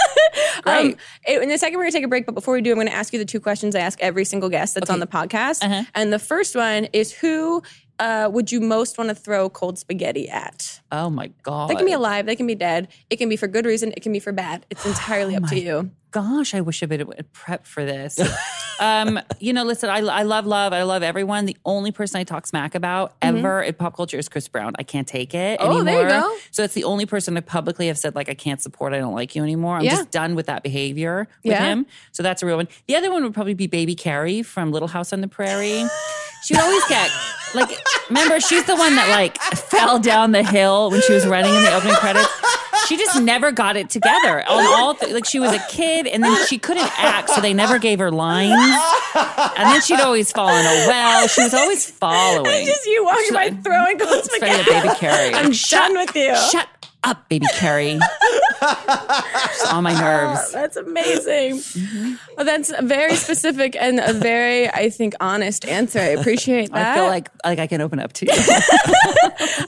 Um, it- in a second, we're going to take a break, but before we do, I'm going to ask you the two questions I ask every single guest that's on the podcast.
Uh-huh.
And the first one is who uh, would you most want to throw cold spaghetti at?
oh my god.
They can be alive, they can be dead, it can be for good reason, it can be for bad. It's entirely up to you.
gosh, I wish I would have prepped for this. um, you know, listen, I, I love love. I love everyone. The only person I talk smack about ever in pop culture is Chris Brown. I can't take it
Mm-hmm. Oh,
anymore.
there you go.
So it's the only person I publicly have said, like, I can't support, I don't like you anymore. I'm
Yeah.
just done with that behavior with
Yeah.
him. So that's a real one. The other one would probably be Baby Carrie from Little House on the Prairie. She would always get like remember, she's the one that like fell down the hill when she was running in the opening credits. She just never got it together on all th- like she was a kid and then she couldn't act, so they never gave her lines. And then she'd always fall in a well. She was always following.
Just you walking by throwing cold
It's very
spaghetti.
baby Carrie.
I'm done with you.
Shut up, baby Carrie. She's on my nerves.
That's amazing.
Mm-hmm.
Well, that's a very specific and a very, I think, honest answer. I appreciate that.
I feel like like I can open up to you.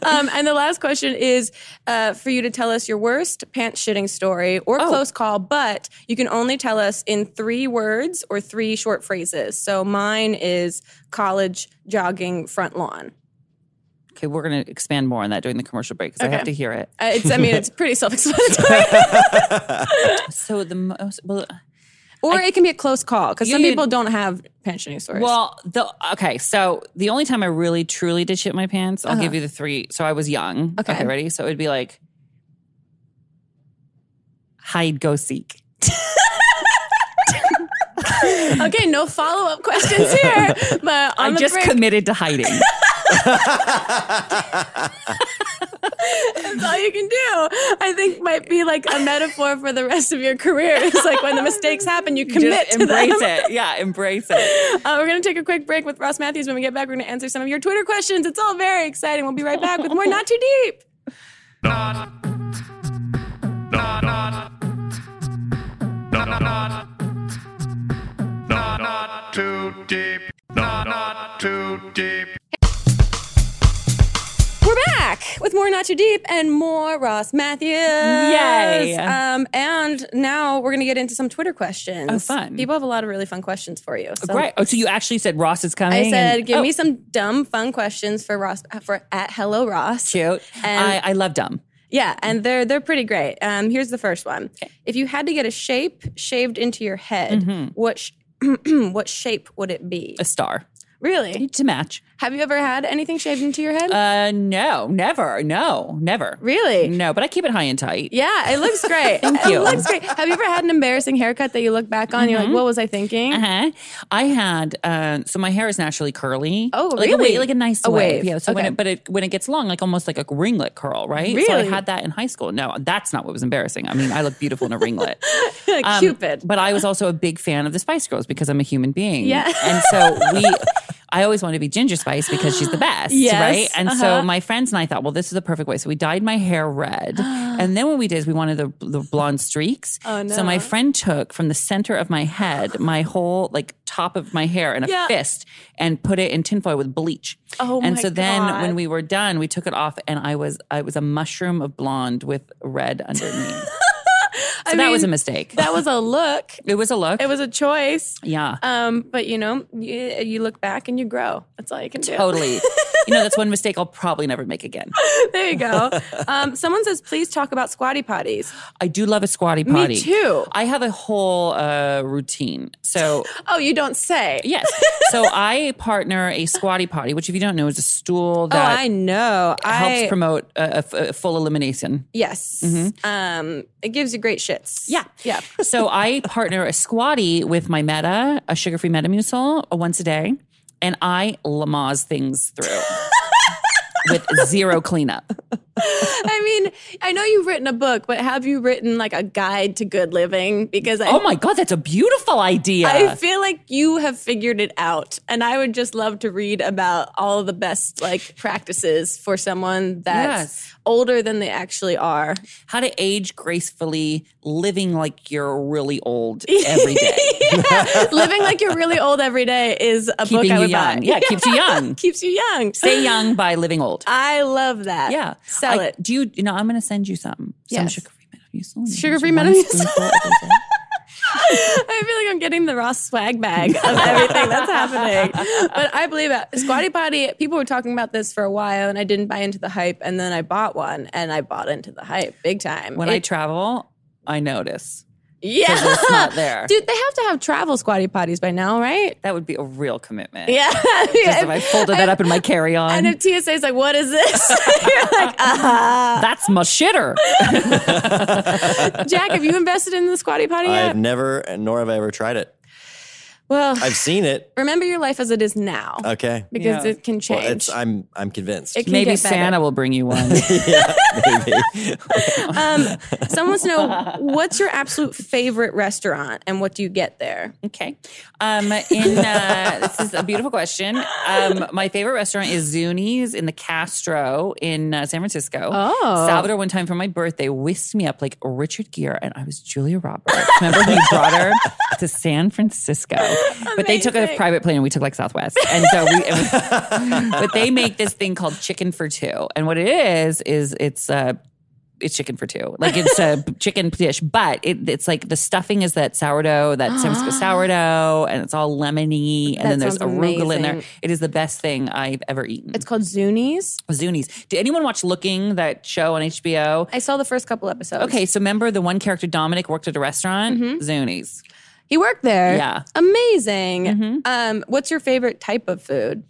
Um, and the last question is uh, for you to tell us your worst pants shitting story or
Oh.
close call, but you can only tell us in three words or three short phrases. So mine is college jogging front lawn.
Okay, we're going to expand more on that during the commercial break because I have to hear it.
Uh, it's, I mean, it's pretty self-explanatory.
So the most well,
or it can be a close call because some
You-
people don't have pants shitting stories.
well, the okay. So the only time I really truly did shit my pants, I'll give you the three. So I was young.
Uh-huh. Okay.
ready? So it would be like hide, go seek.
okay, no follow-up questions here. But on
I
the
just
break,
committed to hiding.
That's all you can do. I think might be like a metaphor for the rest of your career. It's like when the mistakes happen, you commit
just
to
embrace
them.
it. Yeah, embrace it.
Uh, we're going to take a quick break with Ross Matthews. When we get back, we're going to answer some of your Twitter questions. It's all very exciting. We'll be right back with more Not Too Deep.
Not too deep. Not, not too deep.
We're back with more Not Too Deep and more Ross Matthews.
Yay.
Um, and now we're going to get into some Twitter questions.
Oh, fun.
People have a lot of really fun questions for you. So
right. Oh, so you actually said Ross is coming.
I said,
and-
give
oh,
me some dumb, fun questions for Ross for at Hello Ross.
cute.
and-
I, I love dumb.
Yeah, and they're they're pretty great. Um, here's the first one. If you had to get a shape shaved into your head, what sh- what shape would it be?
Mm-hmm. A star
Really?
to match.
Have you ever had anything shaved into your head?
Uh, no, never, no, never.
really?
No, but I keep it high and tight.
Yeah, it looks great. Thank It
you. Mm-hmm.
looks great. Have you ever had an embarrassing haircut that you look back on? You're like, what was I thinking?
Uh-huh. I had uh, so my hair is naturally curly.
Oh,
Like a,
really?
wa- like a nice
A
wave.
wave.
Yeah. So when
Okay.
it, but it when it gets long, like almost like a ringlet curl, right? So I
Really?
had that in high school. No, that's not what was embarrassing. I mean, I look beautiful in a ringlet.
Like
Um,
Cupid.
But I was also a big fan of the Spice Girls because I'm a human being.
Yeah.
And so we, I always wanted to be Ginger Spice because she's the best,
Yes, uh-huh.
right? And so my friends and I thought, well, this is the perfect way. So we dyed my hair red, and then what we did is we wanted the, the blonde streaks.
Oh, no.
So my friend took from the center of my head my whole like top of my hair in a
Yeah.
fist and put it in tinfoil with bleach.
Oh,
And
my
so then
God.
when we were done, we took it off, and I was I was a mushroom of blonde with red underneath. So that was a
mean,
mistake.
That was a look.
It was a look.
It was a choice.
yeah.
Um, but you know, you, you look back and you grow. That's all you can do.
totally. you know, that's one mistake I'll probably never make again.
There you go. Um, someone says, please talk about squatty potties.
I do love a squatty potty.
too.
I have a whole uh, routine. So,
Oh, you don't say.
yes. So I partner a squatty potty, which if you don't know is a stool
Oh,
that
I know.
helps
I,
promote a, a f- a full elimination.
Yes. Um, it gives you great shits.
Yeah.
Yeah.
so I partner a squatty with my Meta, uh, a sugar-free Metamucil, a once a day, and I Lamaze things through. with zero cleanup.
I mean, I know you've written a book, but have you written like a guide to good living? Because I,
Oh my God, that's a beautiful idea.
I feel like you have figured it out, and I would just love to read about all the best like practices for someone that's
Yes.
older than they actually are.
How to age gracefully, living like you're really old every day.
Living like you're really old every day is a
Keeping
book I
you
would
young.
buy.
Yeah, keeps you young.
keeps you young.
Stay young by living old.
I love that.
Yeah.
Uh, sell
I-
it.
Do you, you know, I'm going to send you some. Some
Yes.
sugar-free Metamucil.
Sugar-free
One
Metamucil.
spoonful every day.
I feel like I'm getting the Ross swag bag of everything that's happening. But I believe it. Squatty Potty, people were talking about this for a while and I didn't buy into the hype. And then I bought one and I bought into the hype big time.
When I
It-
travel, I notice.
yeah.
'cause it's not there.
Dude, they have to have travel squatty potties by now, right?
That would be a real commitment.
Yeah.
Just if I folded that up in my
and
carry-on,
if TSA's like, what is this? You're like, ah.
that's my shitter.
Jack, have you invested in the squatty potty
I've
yet?
never, nor have I ever tried it.
Well,
I've seen it.
remember your life as it is now
Okay.
because
Uh, Yeah. uh,
it can change.
Well, it's, I'm, I'm convinced.
It can
Maybe
get better.
Santa will bring you one.
Um, someone wants to know what's your absolute favorite restaurant and what do you get there?
Okay. Um, in uh, this is a beautiful question. Um, my favorite restaurant is Zuni's in the Castro in uh, San Francisco.
Oh.
Salvador one time for my birthday whisked me up like Richard Gere, and I was Julia Roberts. Remember he brought her to San Francisco, but they took a
Amazing.
private plane and we took like Southwest, and so we. It was, but they make this thing called chicken for two, and what it is is it's uh, it's chicken for two. Like it's a chicken dish, but it, it's like the stuffing is that sourdough, that San Francisco sourdough, and it's all lemony. And
Ah. That
then there's
sounds
arugula in there.
amazing.
It is the best thing I've ever eaten.
It's called Zuni's.
Zuni's. Did anyone watch Looking, that show on HBO?
I saw the first couple episodes.
Okay, so remember the one character Dominic worked at a restaurant?
Mm-hmm.
Zuni's.
He worked there.
Yeah. Mm-hmm.
Amazing. Um, what's your favorite type of food?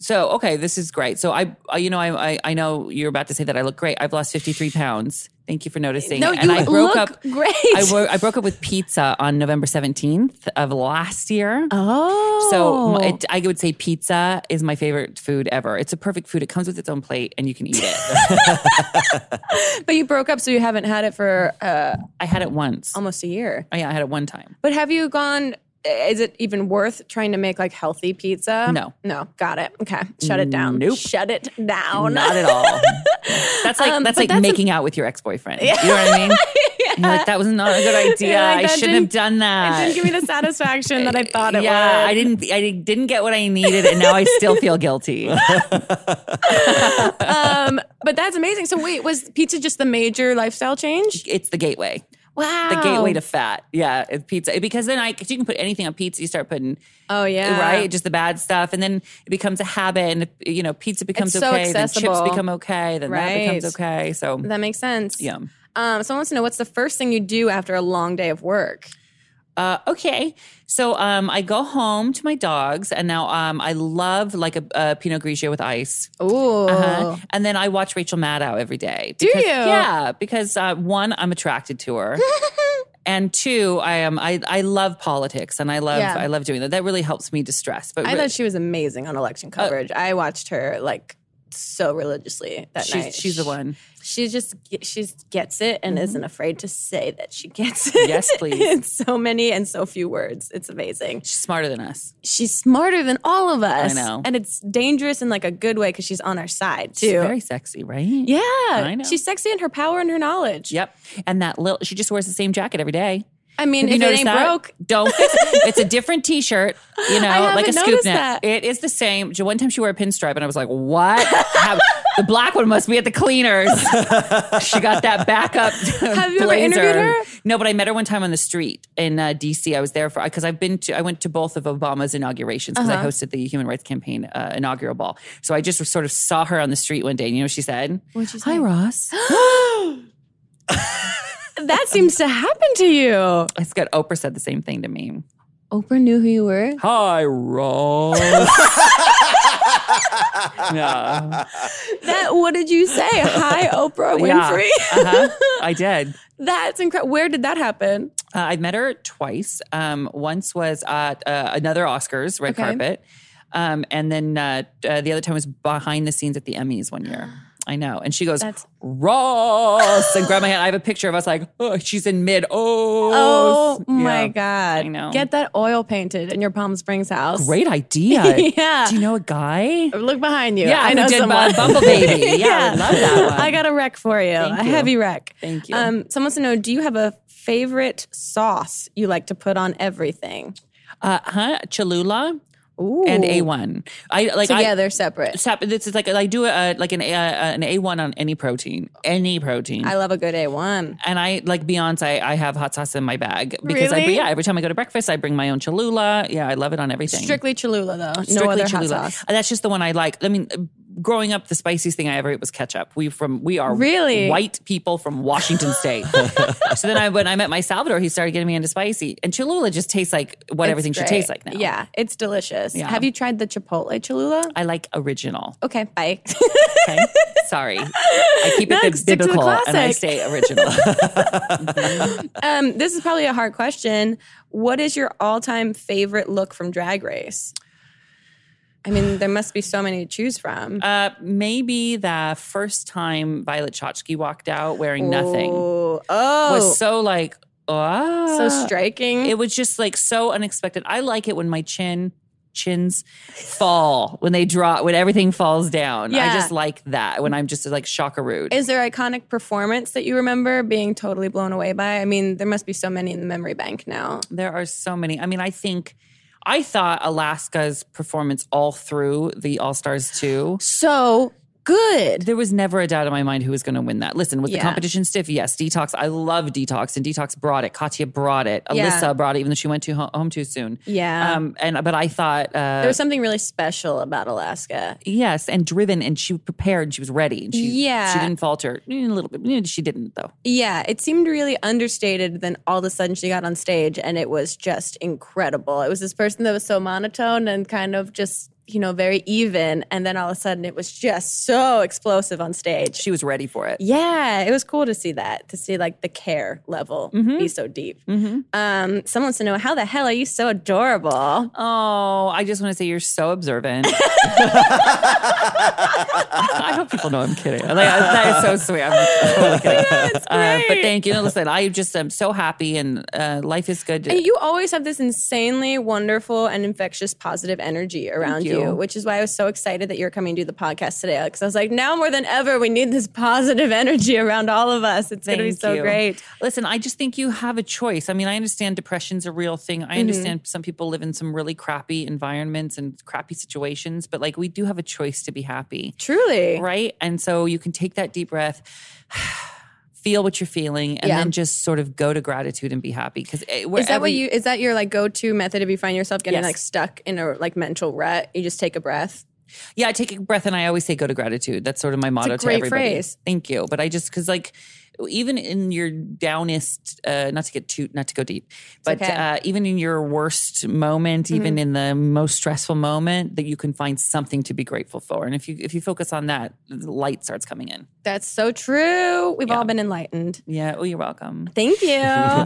So okay, this is great. So I, I you know, I, I, I know you're about to say that I look great. I've lost 53 pounds. Thank you for noticing.
No,
and
you
I broke
look
up.
great.
I, wo- I broke up with pizza on November 17th of last year.
Oh.
So m- it, I would say pizza is my favorite food ever. It's a perfect food. It comes with its own plate, and you can eat it.
but you broke up, so you haven't had it for uh,
I had it once. Oh
almost a year.
yeah, I had it one time.
But have you gone? Is it even worth trying to make like healthy pizza?
No.
No. Got it. Okay. Shut it down.
Nope.
Shut it down.
Not at all. That's like
Um,
that's
but
like
that's a-
making out with your ex boyfriend. You know what I mean? You're like that was not a good idea.
Yeah, like,
I
that
shouldn't have
didn't-
done that.
It didn't give me the satisfaction that I thought it
yeah,
would.
I didn't. I di- didn't get what I needed, and now I still feel guilty.
Um, but that's amazing. So wait, was pizza just the major lifestyle change?
It's the gateway,
Wow.
the gateway to fat. Yeah, it's pizza because then I 'cause you can put anything on pizza. You start putting
Oh yeah.
right? Just the bad stuff, and then it becomes a habit, and you know, pizza becomes
It's so
okay, then chips
accessible.
become okay, then that
Right.
becomes okay. So
That makes sense.
yeah,
Um, someone wants to know what's the first thing you do after a long day of work?
uh, okay. So um, I go home to my dogs, and now um, I love like a, a Pinot Grigio with ice.
Ooh.
Uh-huh. And then I watch Rachel Maddow every day.
Oh. Do
Because-
you?
Yeah, because uh, one, I'm attracted to her, and two, I am. I, I love politics, and I love
Yeah.
I love doing that. That really helps me distress. But Oh.
I
re-
thought she was amazing on election coverage. I watched her like so religiously that
she's
night.
she's the one. Mm-hmm.
She just ge- she just gets it and isn't afraid to say that she gets it.
Yes, please.
in so many and so few words. It's amazing.
She's smarter than us.
she's smarter than all of us.
know.
And it's dangerous in like a good way because she's on our side too.
She's very sexy, right? Yeah.
yeah.
know.
She's sexy in her power and her knowledge.
Yep. And that little, she just wears the same jacket every day.
I mean,
Have you
if it
noticed
ain't
that?
broke,
Don't fix it. It's a different T-shirt, you know,
I
like
haven't
a scoop
noticed
neck.
that.
It is the same. One time she wore a pinstripe, and I was like, "What? How- the black one must be at the cleaners." she got that backup. Have
you ever interviewed her?
No, but I met her one time on the street in uh, D.C. I was there for because I've been to. I went to both of Obama's inaugurations because
Uh-huh.
I hosted the Human Rights Campaign uh, inaugural ball. So I just sort of saw her on the street one day, and you know what she said?
What'd she
Hi,
say?
Ross.
that seems to happen to you.
It's good. Oprah said the same thing to me.
Oprah knew who you were.
Hi, Ross. yeah.
That what did you say? Hi, Oprah
Yeah.
Winfrey.
Uh-huh. I did.
That's incredible. Where did that happen?
Uh, I've met her twice. Um, once was at uh, another Oscars red
Okay.
carpet. Um, and then uh, uh, the other time was behind the scenes at the Emmys one year. I know. And she goes,
That's-
Ross. and grab my hand. I have a picture of us like, oh, she's in mid. Oh,
Oh my God.
I know.
Get that oil painted in your Palm Springs house.
Great idea.
Yeah.
Do you know a guy?
Look behind you.
Yeah,
I
who
know
did
someone.
Bu- Bumble Baby. Yeah, I love that one.
I got a wreck for you. a
you.
heavy wreck.
Thank you.
Um, someone wants to know: Do you have a favorite sauce you like to put on everything?
Uh huh. Cholula
Ooh.
and A1. I like
So
I,
yeah, they're separate.
Sap- This is like I do a, like an a, an A one on any protein, any protein.
I love a good A one.
and I like Beyonce. I have hot sauce in my bag because I,
Really?
yeah, every time I go to breakfast, I bring my own Cholula. Yeah, I love it on everything.
Strictly Cholula though. no other hot sauce.
And That's just the one I like. I mean, uh, growing up, the spiciest thing I ever ate was ketchup. We from we are
Really?
white people from Washington State. so then I when I met my Salvador, he started getting me into spicy, and Cholula just tastes like what
It's
everything should
great.
taste like now.
Yeah, it's delicious.
Yeah.
Have you tried the Chipotle Cholula?
I like original.
Okay, bye.
Okay. Sorry. I keep it
No,
bib-
stick to the
biblical and I
classic.
stay original.
um, this is probably a hard question. What is your all-time favorite look from Drag Race? I mean, there must be so many to choose from.
uh, maybe the first time Violet Chachki walked out wearing nothing
Ooh. Oh,
was so like,
so
oh.
striking.
It was just like so unexpected. I like it when my chin chins fall when they draw when everything falls down. I
Yeah.
just like that when I'm just like shockarooed.
is there iconic performance that you remember being totally blown away by? I mean, there must be so many in the memory bank now.
There are so many. I mean, I think I thought Alaska's performance all through the All Stars 2.
So good.
There was never a doubt in my mind who was going to win that. Listen, was
Yeah.
the competition stiff? Yes. Detox. I love Detox, and Detox brought it. Katya brought it.
Yeah.
Alyssa brought it, even though she went too ho- home too soon.
Yeah.
Um. And but I thought, uh,
there was something really special about Alaska.
yes, and driven, and she prepared, and she was ready, and she,
Yeah.
she didn't falter Eh, a little bit. Eh, She didn't though.
Yeah, it seemed really understated. Then all of a sudden she got on stage and it was just incredible. It was this person that was so monotone and kind of just, you know, very even. And then all of a sudden it was just so explosive on stage.
She was ready for it.
Yeah, it was cool to see that, to see like the care level be so deep. Um, someone wants to know how the hell are you so adorable?
Oh, I just want to say you're so observant. I hope people know I'm kidding. Like, that is so sweet. I'm totally kidding. Uh, but thank you. No, listen, I just am so happy, and uh, life is good.
You always have this insanely wonderful and infectious positive energy around you.
you.
which is why I was so excited that you're coming to do the podcast today. Because I was like, now more than ever, we need this positive energy around all of us. It's going to be
Thank
so
you.
great.
Listen, I just think you have a choice. I mean, I understand depression's a real thing.
Mm-hmm.
I understand some people live in some really crappy environments and crappy situations, but like we do have a choice to be happy,
Truly.
right? And so you can take that deep breath, feel what you're feeling, and
Yeah.
then just sort of go to gratitude and be happy. eh, Because
Is that what you? Is that your like go-to method if you find yourself getting
Yes.
like stuck in a like mental rut? You just take a breath.
Yeah, I take a breath and I always say go to gratitude. That's sort of my motto
great
to everybody.
phrase.
Thank you. But I just cuz like even in your downest uh not to get too not to go deep, but
okay. Mm-hmm.
uh even in your worst moment, even in the most stressful moment that you can find something to be grateful for. And if you if you focus on that, the light starts coming in.
That's so true. We've all been enlightened.
Yeah, oh you're welcome.
Thank you.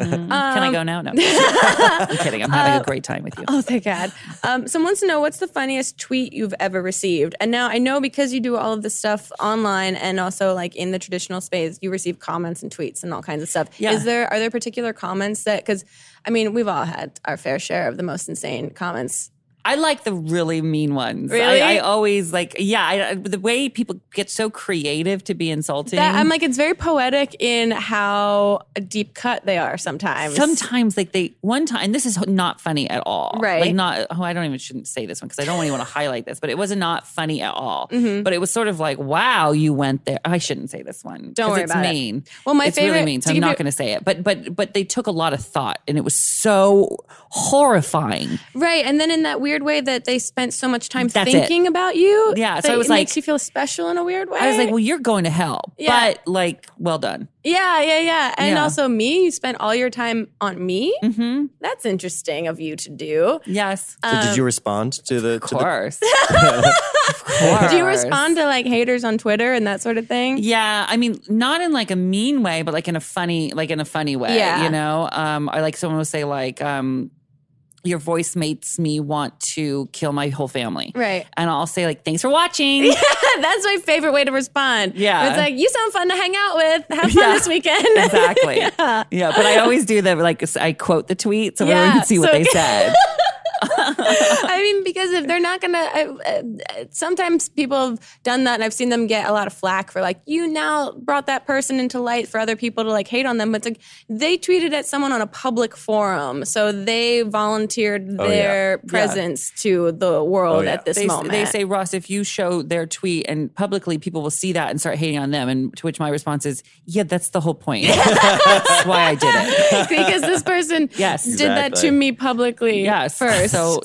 Can I
Um,
go now? No. I'm kidding. I'm having a great time with you.
Oh, thank God. Um, someone wants to know what's the funniest tweet you've ever received. And now I know because you do all of this stuff online and also like in the traditional space, you receive comments and tweets and all kinds of stuff.
Yeah.
Is there are there particular comments that because I mean we've all had our fair share of the most insane comments.
I like the really mean ones.
Really?
I, I always like, yeah, I, I- the way people get so creative to be insulting.
That, I'm like it's very poetic in how deep cut they are sometimes.
Sometimes, like they one time, and this is not funny at all.
Right.
Like not. Oh, I don't even shouldn't say this one because I don't even want to highlight this, but it was not funny at all.
Mm-hmm.
But it was sort of like, wow, you went there. I shouldn't say this one.
Don't
'cause
worry
it's
about it.
mean.
Well, my
it's
favorite-
really mean.
to
So I'm
give
not
you-
going to say it. But but but they took a lot of thought, and it was so horrifying.
right, and then in that weird way that they spent so much time
That's it.
thinking about you.
Yeah, so
that
I was
it makes
like-
you feel special in a weird way.
I was like, well, you're going to hell.
Yeah.
But like, well done.
Yeah, yeah, yeah. And
Yeah.
also me, you spent all your time on me.
Mm-hmm.
That's interesting of you to do.
Yes.
So did you respond to the?
Of
To the
course. of course.
Do you respond to like haters on Twitter and that sort of thing?
Yeah, I mean, not in like a mean way, but like in a funny, like in a funny way.
Yeah.
You know, um, I like someone will say like, um, your voice makes me want to kill my whole family.
Right.
And I'll say like, thanks for watching.
That's my favorite way to respond.
Yeah.
It's like, you sound fun to hang out with. Have fun
Yeah.
this weekend.
Exactly. yeah. But I always do that. Like I quote the tweet so everyone
Yeah,
can see what
so-
they said.
I mean, because if they're not gonna, I, uh, sometimes people have done that, and I've seen them get a lot of flack for like, you now brought that person into light for other people to like hate on them. But it's like they tweeted at someone on a public forum, so they volunteered
Oh, yeah.
their presence to the world
Oh, yeah.
at this
they,
moment.
they say, Ross, if you show their tweet and publicly, people will see that and start hating on them. And to which my response is, yeah, that's the whole point. that's why I did it.
because this person
Yes.
did that
Exactly.
to me publicly
Yes.
first.
So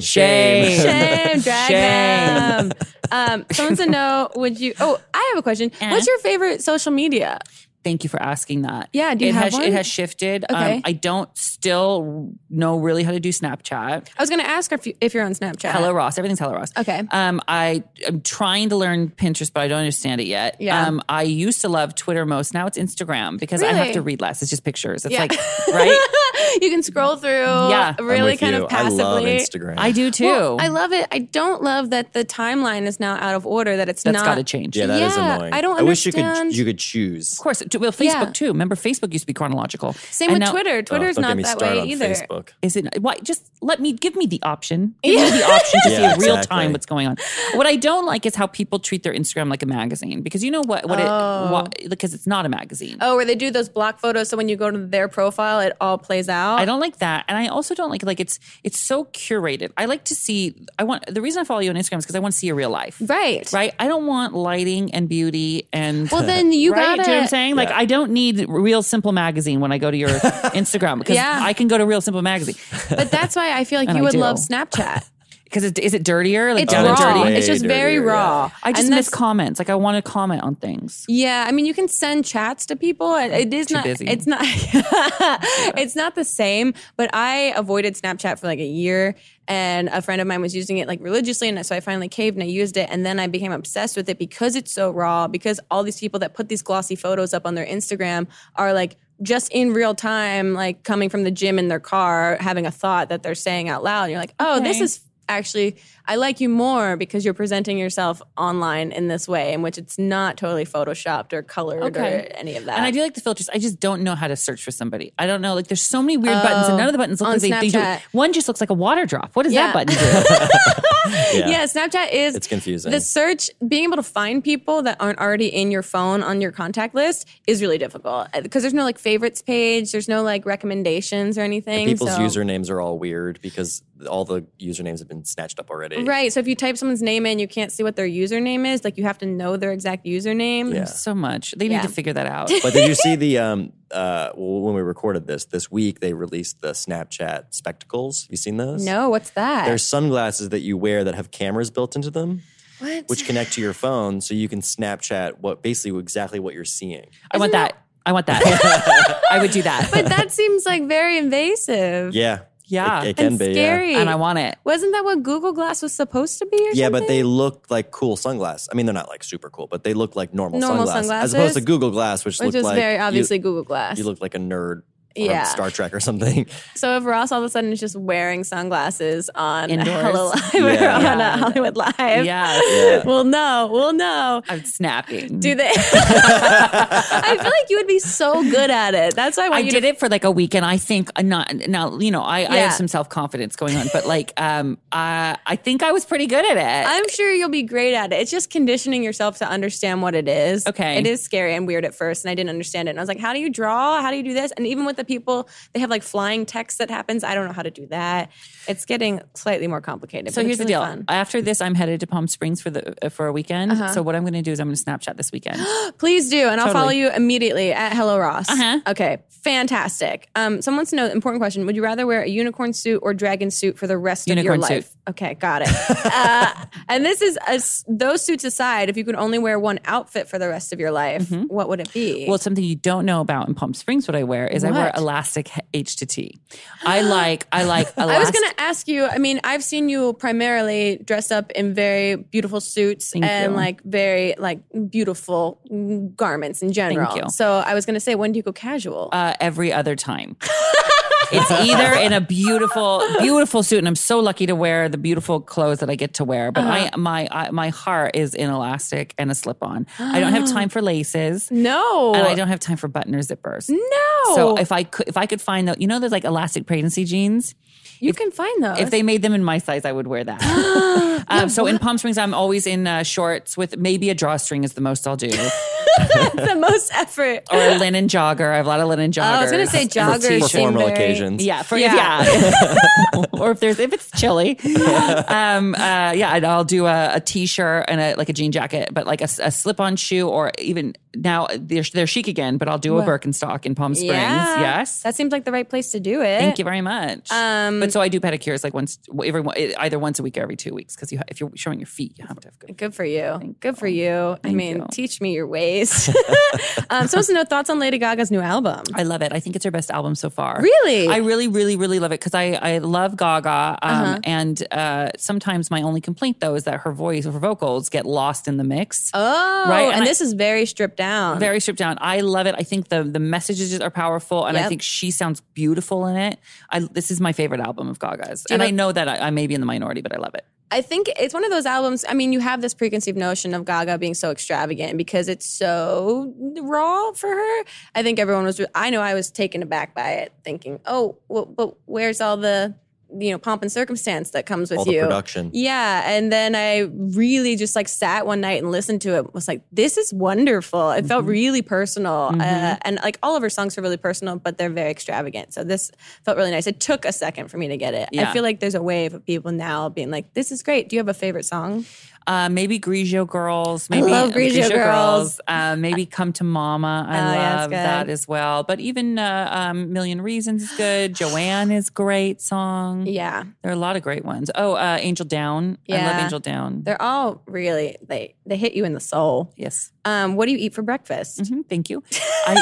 Shame,
Shame.
shame.
Shame, drag
Shame.
them. Um, someone said no. Would you? Oh, I have a question.
Eh.
What's your favorite social media?
Thank you for asking that.
Yeah, do you
it
have
has
one?
it has shifted.
Okay.
Um, I don't still know really how to do Snapchat.
I was going to ask if, you, if you're on Snapchat.
Hello Ross. Everything's Hello Ross.
Uh, Okay.
Um, I am trying to learn Pinterest, but I don't understand it yet.
Yeah.
Um, I used to love Twitter most. Now it's Instagram because I have
Really?
to read less. It's just pictures. It's
Yeah.
like right.
you can scroll through.
Yeah. I'm
I'm
Really
with
kind
you.
of passively.
I love Instagram.
I do too.
Well, I love it. I don't love that the timeline is now out of order. That it's
That's
not.
got to change.
Yeah, that is
Yeah,
annoying.
I don't
wish you could
understand.
you could choose.
Of course. T- Well, Facebook
Yeah.
too. Remember, Facebook used to be chronological.
Same
And
with
now-
Twitter. Twitter's
oh,
not
don't get me
that
started
way
on
either.
Facebook.
Is it why? Just let me give me the option. Give me the option to
Yeah,
see real time
exactly.
what's going on. What I don't like is how people treat their Instagram like a magazine because you know what? What it what, because it's not a magazine.
Oh, where they do those block photos, so when you go to their profile, it all plays out.
I don't like that, and I also don't like like it's it's so curated. I like to see. I want the reason I follow you on Instagram is because I want to see your real life.
Right.
Right. I don't want lighting and beauty and
Well, then you
right?
gotta.
Do you know what I'm saying? Like,
Yeah.
I don't need Real Simple Magazine when I go to your Instagram because
Yeah.
I can go to Real Simple Magazine.
But that's why I feel like you
I
would
do.
love Snapchat.
Because it, is it dirtier? Like
It's
down
Oh, it's
and
raw.
dirty?
way
It's just very
dirtier, yeah.
raw.
I just
And
miss
that's-
comments. Like, I want to comment on things.
Yeah, I mean, you can send chats to people. It- It is not.
busy.
It's not. it's not the same. But I avoided Snapchat for like a year, and a friend of mine was using it like religiously, and so I finally caved and I used it, and then I became obsessed with it because it's so raw. Because all these people that put these glossy photos up on their Instagram are like just in real time, like coming from the gym in their car, having a thought that they're saying out loud. And you're like, oh, this
Okay.
is actually I like you more because you're presenting yourself online in this way in which it's not totally photoshopped or colored
Okay.
or any of that.
And I do like the filters. I just don't know how to search for somebody. I don't know. Like, there's so many weird buttons, and none of the buttons look
Oh, on
like they, they do.
Snapchat.
One just looks like a water drop. What does
Yeah.
that button do?
Yeah.
yeah, Snapchat is
It's confusing.
The search, being able to find people that aren't already in your phone on your contact list is really difficult because there's no like favorites page, there's no like recommendations or anything.
People's
so-
usernames are all weird because all the usernames have been snatched up already.
Right. So if you type someone's name in, you can't see what their username is. Like you have to know their exact username.
Yeah.
so much. They need
Yeah.
to figure that out.
But did you see the um uh well, when we recorded this this week they released the Snapchat spectacles? Have you seen those?
No, what's that?
They're sunglasses that you wear that have cameras built into them,
what?
which connect to your phone, so you can Snapchat what basically exactly what you're seeing.
I want that. I want that. I would do that.
but that seems like very invasive.
Yeah,
Yeah.
it, it can
and
be yeah.
scary.
and I want it.
Wasn't that what Google Glass was supposed to be? Or
Yeah, but
something?
they look like cool sunglasses. I mean, they're not like super cool, but they look like normal,
Normal
sunglasses,
sunglasses?
as opposed to Google Glass, which,
which
looked
was
like
very
you-
obviously Google Glass.
You, look like a nerd.
Yeah.
Yeah. Star Trek or something.
so if Ross all of a sudden is just wearing sunglasses on
Indoors.
Hello Live or
Yeah.
on
Yeah.
uh, Hollywood Live,
Yeah.
Yeah.
we'll know. We'll know.
I'm snapping.
Do they? I feel like you would be so good at it. That's why I
I
want you
did it for like a week, and I think I'm not now. You know, I, I
Yeah.
have some self confidence going on, but like, um, I I think I was pretty good at it.
I'm sure you'll be great at it. It's just conditioning yourself to understand what it is.
Okay.
It is scary and weird at first, and I didn't understand it. And I was like, how do you draw? How do you do this? And even with the people, they have like flying text that happens. I don't know how to do that. It's getting slightly more complicated.
so
but
here's
it's
the
really
deal.
fun. Uh-huh.
After this, I'm headed to Palm Springs for the uh, for a weekend. So what I'm going to do is I'm going to Snapchat this weekend.
Please do, and I'll
Totally.
follow you immediately at Hello Ross. Okay, fantastic. Um, someone wants to know important question: Would you rather wear a unicorn suit or dragon suit for the rest
Unicorn
of your life?
suit.
Okay, got it. uh, and this is a s those suits aside. If you could only wear one outfit for the rest of your life, what would it be?
Mm-hmm. Well, something you don't know about in Palm Springs, what I wear is I wear
What?
elastic H to T. I like I like elastic.
I was going to ask you. I mean, I've seen you primarily dressed up in very beautiful suits and
you.
like very like beautiful mm, garments in general.
you.
So I was going to say, when do you go casual?
uh, every other uh, time. It's either in a beautiful, beautiful suit, and I'm so lucky to wear the beautiful clothes that I get to wear. But
Uh-huh.
I, my, I, my heart is in elastic and a slip on. I don't have time for laces,
No.
and I don't have time for button or zippers.
No.
So if I could, if I could find the, you know, there's like elastic pregnancy jeans.
you can find those.
If they made them in my size, I would wear that. um, so in Palm Springs, I'm always in uh, shorts with maybe a drawstring is the most I'll do,
the most effort.
or a linen jogger. I have a lot of linen joggers.
Oh, I was gonna say
for,
joggers
for
seem
formal
very-
occasions.
Yeah, for
Yeah.
yeah, or if there's if it's chilly, um, uh, yeah, and I'll do a, a t-shirt and a like a jean jacket, but like a, s- a slip-on shoe, or even now they're they're chic again, but I'll do a Birkenstock in Palm Springs.
Yeah.
Yes,
That seems like the right place to do it.
thank you very much.
Um,
but so I do pedicures like once every eh, either once a week or every two weeks because you ha- if you're showing your feet, you have to have good.
Good for you.
Thank
Good for you. I
Thank
mean,
you.
teach me your ways. um, so, wants to know thoughts on Lady Gaga's new album.
I love it. I think it's her best album so far.
Really?
I really, really, really love it because I, I love Gaga. Um,
Uh-huh.
And uh, sometimes my only complaint, though, is that her voice, her vocals get lost in the mix.
Oh,
Right,
And,
and I-
this is very stripped down.
Very stripped down. I love it. I think the the messages are powerful, and I
Yep.
think she sounds beautiful in it. I, this is my favorite album of Gaga's,
you
and I
know-
know that I, I may be in the minority, but I love it.
I think it's one of those albums. I mean, you have this preconceived notion of Gaga being so extravagant because it's so raw for her. I think everyone was, I know I was taken aback by it, thinking, oh, well, but where's all the, you know, pomp and circumstance that comes with
All the
you?
production.
Yeah, and then I really just like sat one night and listened to it. Was like, this is wonderful. It
Mm-hmm.
felt really personal, uh, and like all of her songs are really personal, but they're very extravagant. So this felt really nice. It took a second for me to get it. I
Yeah.
feel like there's a wave of people now being like, "This is great." Do you have a favorite song?
Uh, maybe Grigio Girls. Maybe
love Grigio Girls.
Uh, maybe Come to Mama. I
Oh, yeah, it's
love
good.
that as well. But even uh, um, Million Reasons is good. Joanne is great song.
Yeah,
There are a lot of great ones. Oh, uh, Angel Down. I love
Yeah.
Angel Down.
they're all really they they hit you in the soul.
yes.
Um, what do you eat for breakfast?
Mhm, thank you.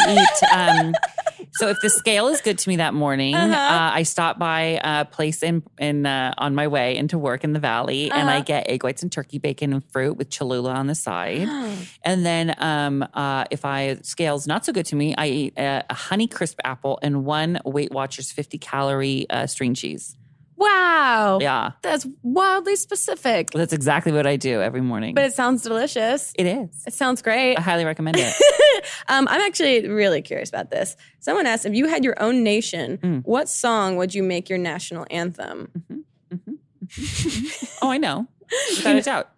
I eat. Um, so if the scale is good to me that morning,
Uh-huh.
uh I stop by a place in in uh, on my way into work in the valley, and
Uh-huh.
I get egg whites and turkey bacon and fruit with Cholula on the side. and then um, uh, if I scales not so good to me, I eat a, a Honey Crisp apple and one Weight Watchers fifty calorie uh, string cheese.
Wow,
Yeah,
that's wildly specific,
that's exactly what I do every morning.
but it sounds delicious.
it is.
It sounds great.
I highly recommend it.
Um, I'm actually really curious about this. Someone asked if you had your own nation,
Mm.
what song would you make your national anthem?
Oh, I know. Without a doubt.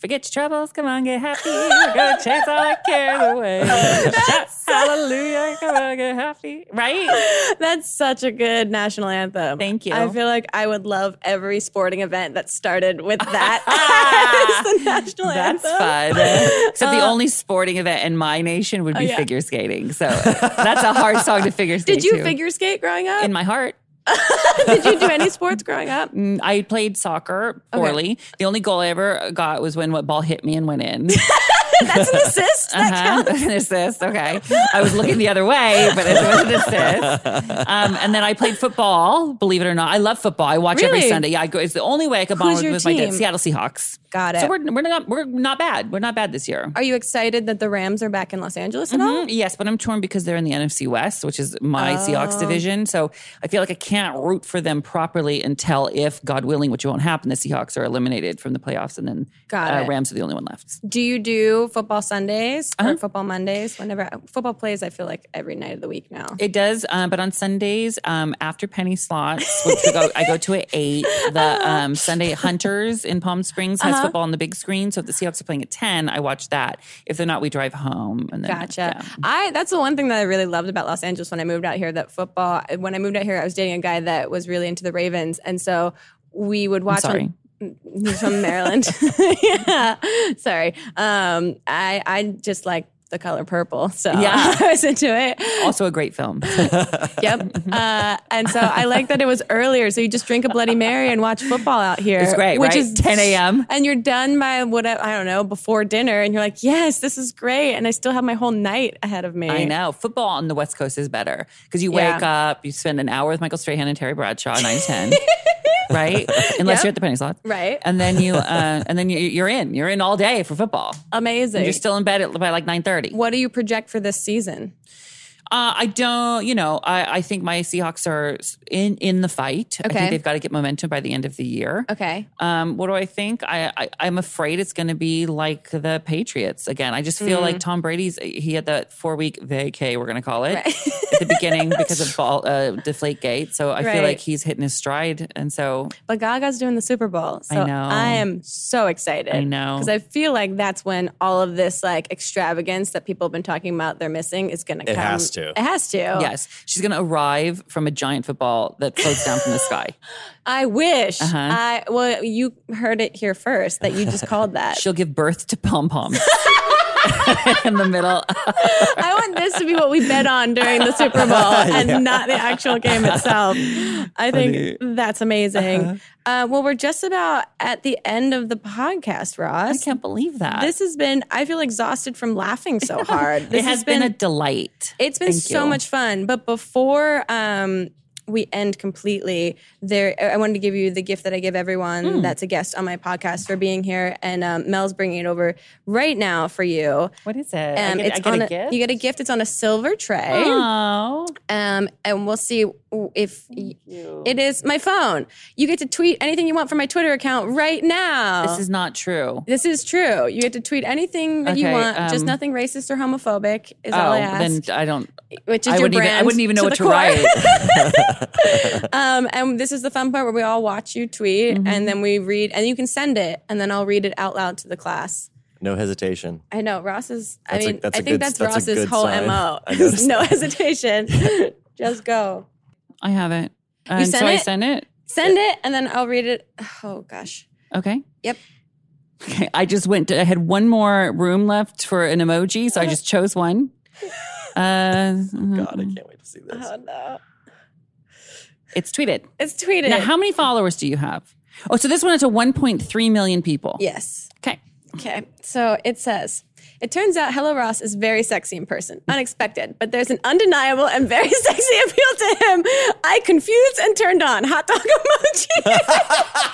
Forget your troubles, come on, get happy. We're gonna chase all our cares
Oh,
away. Shout hallelujah, come on, get happy. Right?
That's such a good national anthem.
Thank you.
I feel like I would love every sporting event that started with that as the national
That's
anthem.
fun. Except the only sporting event in my nation would be
Uh, oh, yeah.
figure skating. So that's a hard song to figure skate.
Did you
to.
figure skate growing up?
in my heart?
Did you do any sports growing up?
Mm, I played soccer poorly. The only goal I ever got was when what ball hit me and went in.
That's an assist. That
Uh-huh. An assist. Okay. I was looking the other way, but it was an assist. Um, and then I played football, believe it or not. I love football. I watch
Really?
every Sunday. Yeah, I go, it's the only way I could bond
Who's your
with my
team?
kids. Seattle Seahawks.
Got it.
So we're, we're, not, we're not bad. We're not bad this year.
Are you excited that the Rams are back in Los Angeles at all?
Mm, Yes, but I'm torn because they're in the NFC West, which is my
Oh.
Seahawks division. So I feel like I can't root for them properly until, if God willing, which won't happen, the Seahawks are eliminated from the playoffs, and then
Got
uh,
it.
Rams are the only one left.
Do you do football Sundays
Uh-huh.
or football Mondays? Whenever football plays, I feel like every night of the week now.
It does, um, but on Sundays um, after penny slots, which we go, I go to at eight.
Oh.
The um, Sunday Hunters in Palm Springs
Uh-huh.
has football on the big screen, so if the Seahawks are playing at ten, I watch that. If they're not, we drive home. And then,
Gotcha.
yeah.
I that's the one thing that I really loved about Los Angeles when I moved out here. That football. When I moved out here, I was dating a guy that was really into the Ravens, and so we would watch.
sorry.
on- Mm, he's from Maryland. yeah, sorry. Um, I I just like the color purple, so
Yeah.
I was into it.
Also a great film.
Yep. Uh, and so I like that it was earlier. So you just drink a Bloody Mary and watch football out here. It's
great,
which
right?
is
10 a.m..
And you're done by what I don't know before dinner, and you're like, yes, this is great, and I still have my whole night ahead of me.
I know. Football on the West Coast is better because you
Yeah.
wake up, you spend an hour with Michael Strahan and Terry Bradshaw, nine ten, right? Unless
Yep.
you're at the penny slot,
Right.
And then you, uh, and then you, you're in. You're in all day for football.
Amazing.
You're still in bed at, by like nine thirty.
what do you project for this season?
Uh, I don't, you know, I, I think my Seahawks are in in the fight. I
Okay.
think they've got to get momentum by the end of the year.
Okay.
Um, what do I think? I, I I'm afraid it's going to be like the Patriots again. I just feel
Mm.
like Tom Brady's eh, he had that four week vacay we're going to call it at the beginning because of ball uh, Deflate Gate. So I
Right.
feel like he's hitting his stride, and so
But Gaga's doing the Super Bowl. So I,
know.
am so excited.
I know.
Because I feel like that's when all of this like extravagance that people have been talking about they're missing is going to come.
has to.
It has to.
yes, she's going to arrive from a giant football that floats down from the sky.
I wish.
Uh-huh.
I well, you heard it here first that you just called that.
She'll give birth to pom poms in the middle.
I want this to be what we bet on during the Super Bowl and not the actual game itself. I think that's amazing.
Uh-huh.
uh well, we're just about at the end of the podcast,
I
Ross.
can't believe that.
This has been, I feel exhausted from laughing so hard. This
it has been, a delight.
It's been
Thank
so
you.
much fun. But before um, we end completely, there I wanted to give you the gift that I give everyone
Hmm.
that's a guest on my podcast for being here, and um, Mel's bringing it over right now for you.
What is it?
Um, it's on You get a gift. It's on a silver tray,
Oh,
um, and we'll see w- if y- it is my phone. You get to tweet anything you want from my Twitter account right now.
this is not true.
This is true. You get to tweet anything that you
Okay,
want, just
um,
nothing racist or homophobic is all
oh,
I ask
then I don't.
which is
I
your
wouldn't, even,
brand.
I wouldn't even know
the
what to
core.
write.
Um, and this is the fun part where we all watch you tweet,
Mm-hmm.
and then we read, and you can send it, and then I'll read it out loud to the class.
No hesitation.
I know Ross's. I
That's a-
mean, I
that's a
think
good-
that's,
that's a
Ross's
good
whole
sign.
mo.
I noticed
no hesitation. Just go.
I haven't. And
sent
so I
it?
sent it.
Send it, and then I'll read it. Oh gosh.
Okay.
Yep.
Okay. I just went. I had one more room left for an emoji, so I just chose one. Uh,
God, I can't wait to see this.
Oh no.
it's tweeted.
It's tweeted.
Now, how many followers do you have? Oh, so this one is to 1.3 million people.
yes.
Okay.
Okay, so it says, it turns out Hello Ross is very sexy in person, unexpected, but there's an undeniable and very sexy appeal to him. I confused and turned on. Hot dog emoji.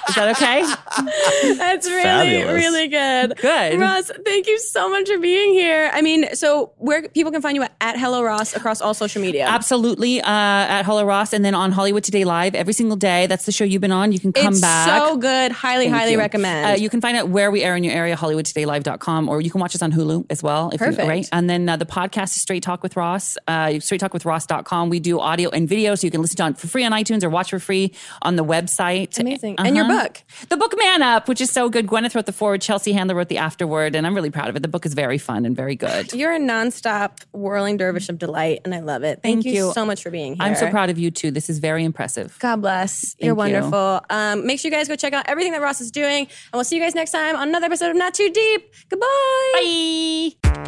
Is that okay?
That's really,
Fabulous.
really good.
Good.
Ross, thank you so much for being here. I mean, so where people can find you at, at Hello Ross across all social media.
Absolutely. Uh, at Hollow Ross and then on Hollywood Today Live every single day. That's the show you've been on. You can come
it's
back.
so good. Highly,
Thank
highly
you.
recommend.
Uh, you can find out where we air in your area, hollywoodtodaylive.com, or you can watch us on Hulu as well. If
Perfect.
You, right? And then uh, the podcast is Straight Talk with Ross, uh, straight We do audio and video, so you can listen to it for free on iTunes or watch for free on the website.
Amazing. And your
Uh-huh.
book.
The book Man Up, which is so good. Gwyneth wrote the forward, Chelsea Handler wrote the afterword, and I'm really proud of it. The book is very fun and very good.
You're a nonstop whirling dervish of delight, and I love it. Thank,
Thank you.
so much for being here.
I'm so proud of you too. This is very impressive.
God bless. You're
Thank you.
wonderful. Um, make sure you guys go check out everything that Ross is doing. And we'll see you guys next time on another episode of Not Too Deep. Goodbye.
Bye.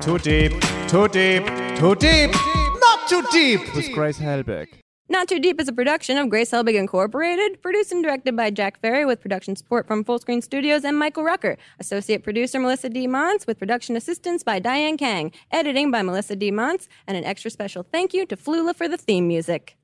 Too deep, too deep, too deep.
Not too deep.
With Grace Helbig.
Not Too Deep is a production of Grace Helbig Incorporated, produced and directed by Jack Ferry with production support from Full Screen Studios and Michael Rucker. Associate producer Melissa D. Mons with production assistance by Diane Kang. Editing by Melissa D. Mons. And an extra special thank you to Flula for the theme music.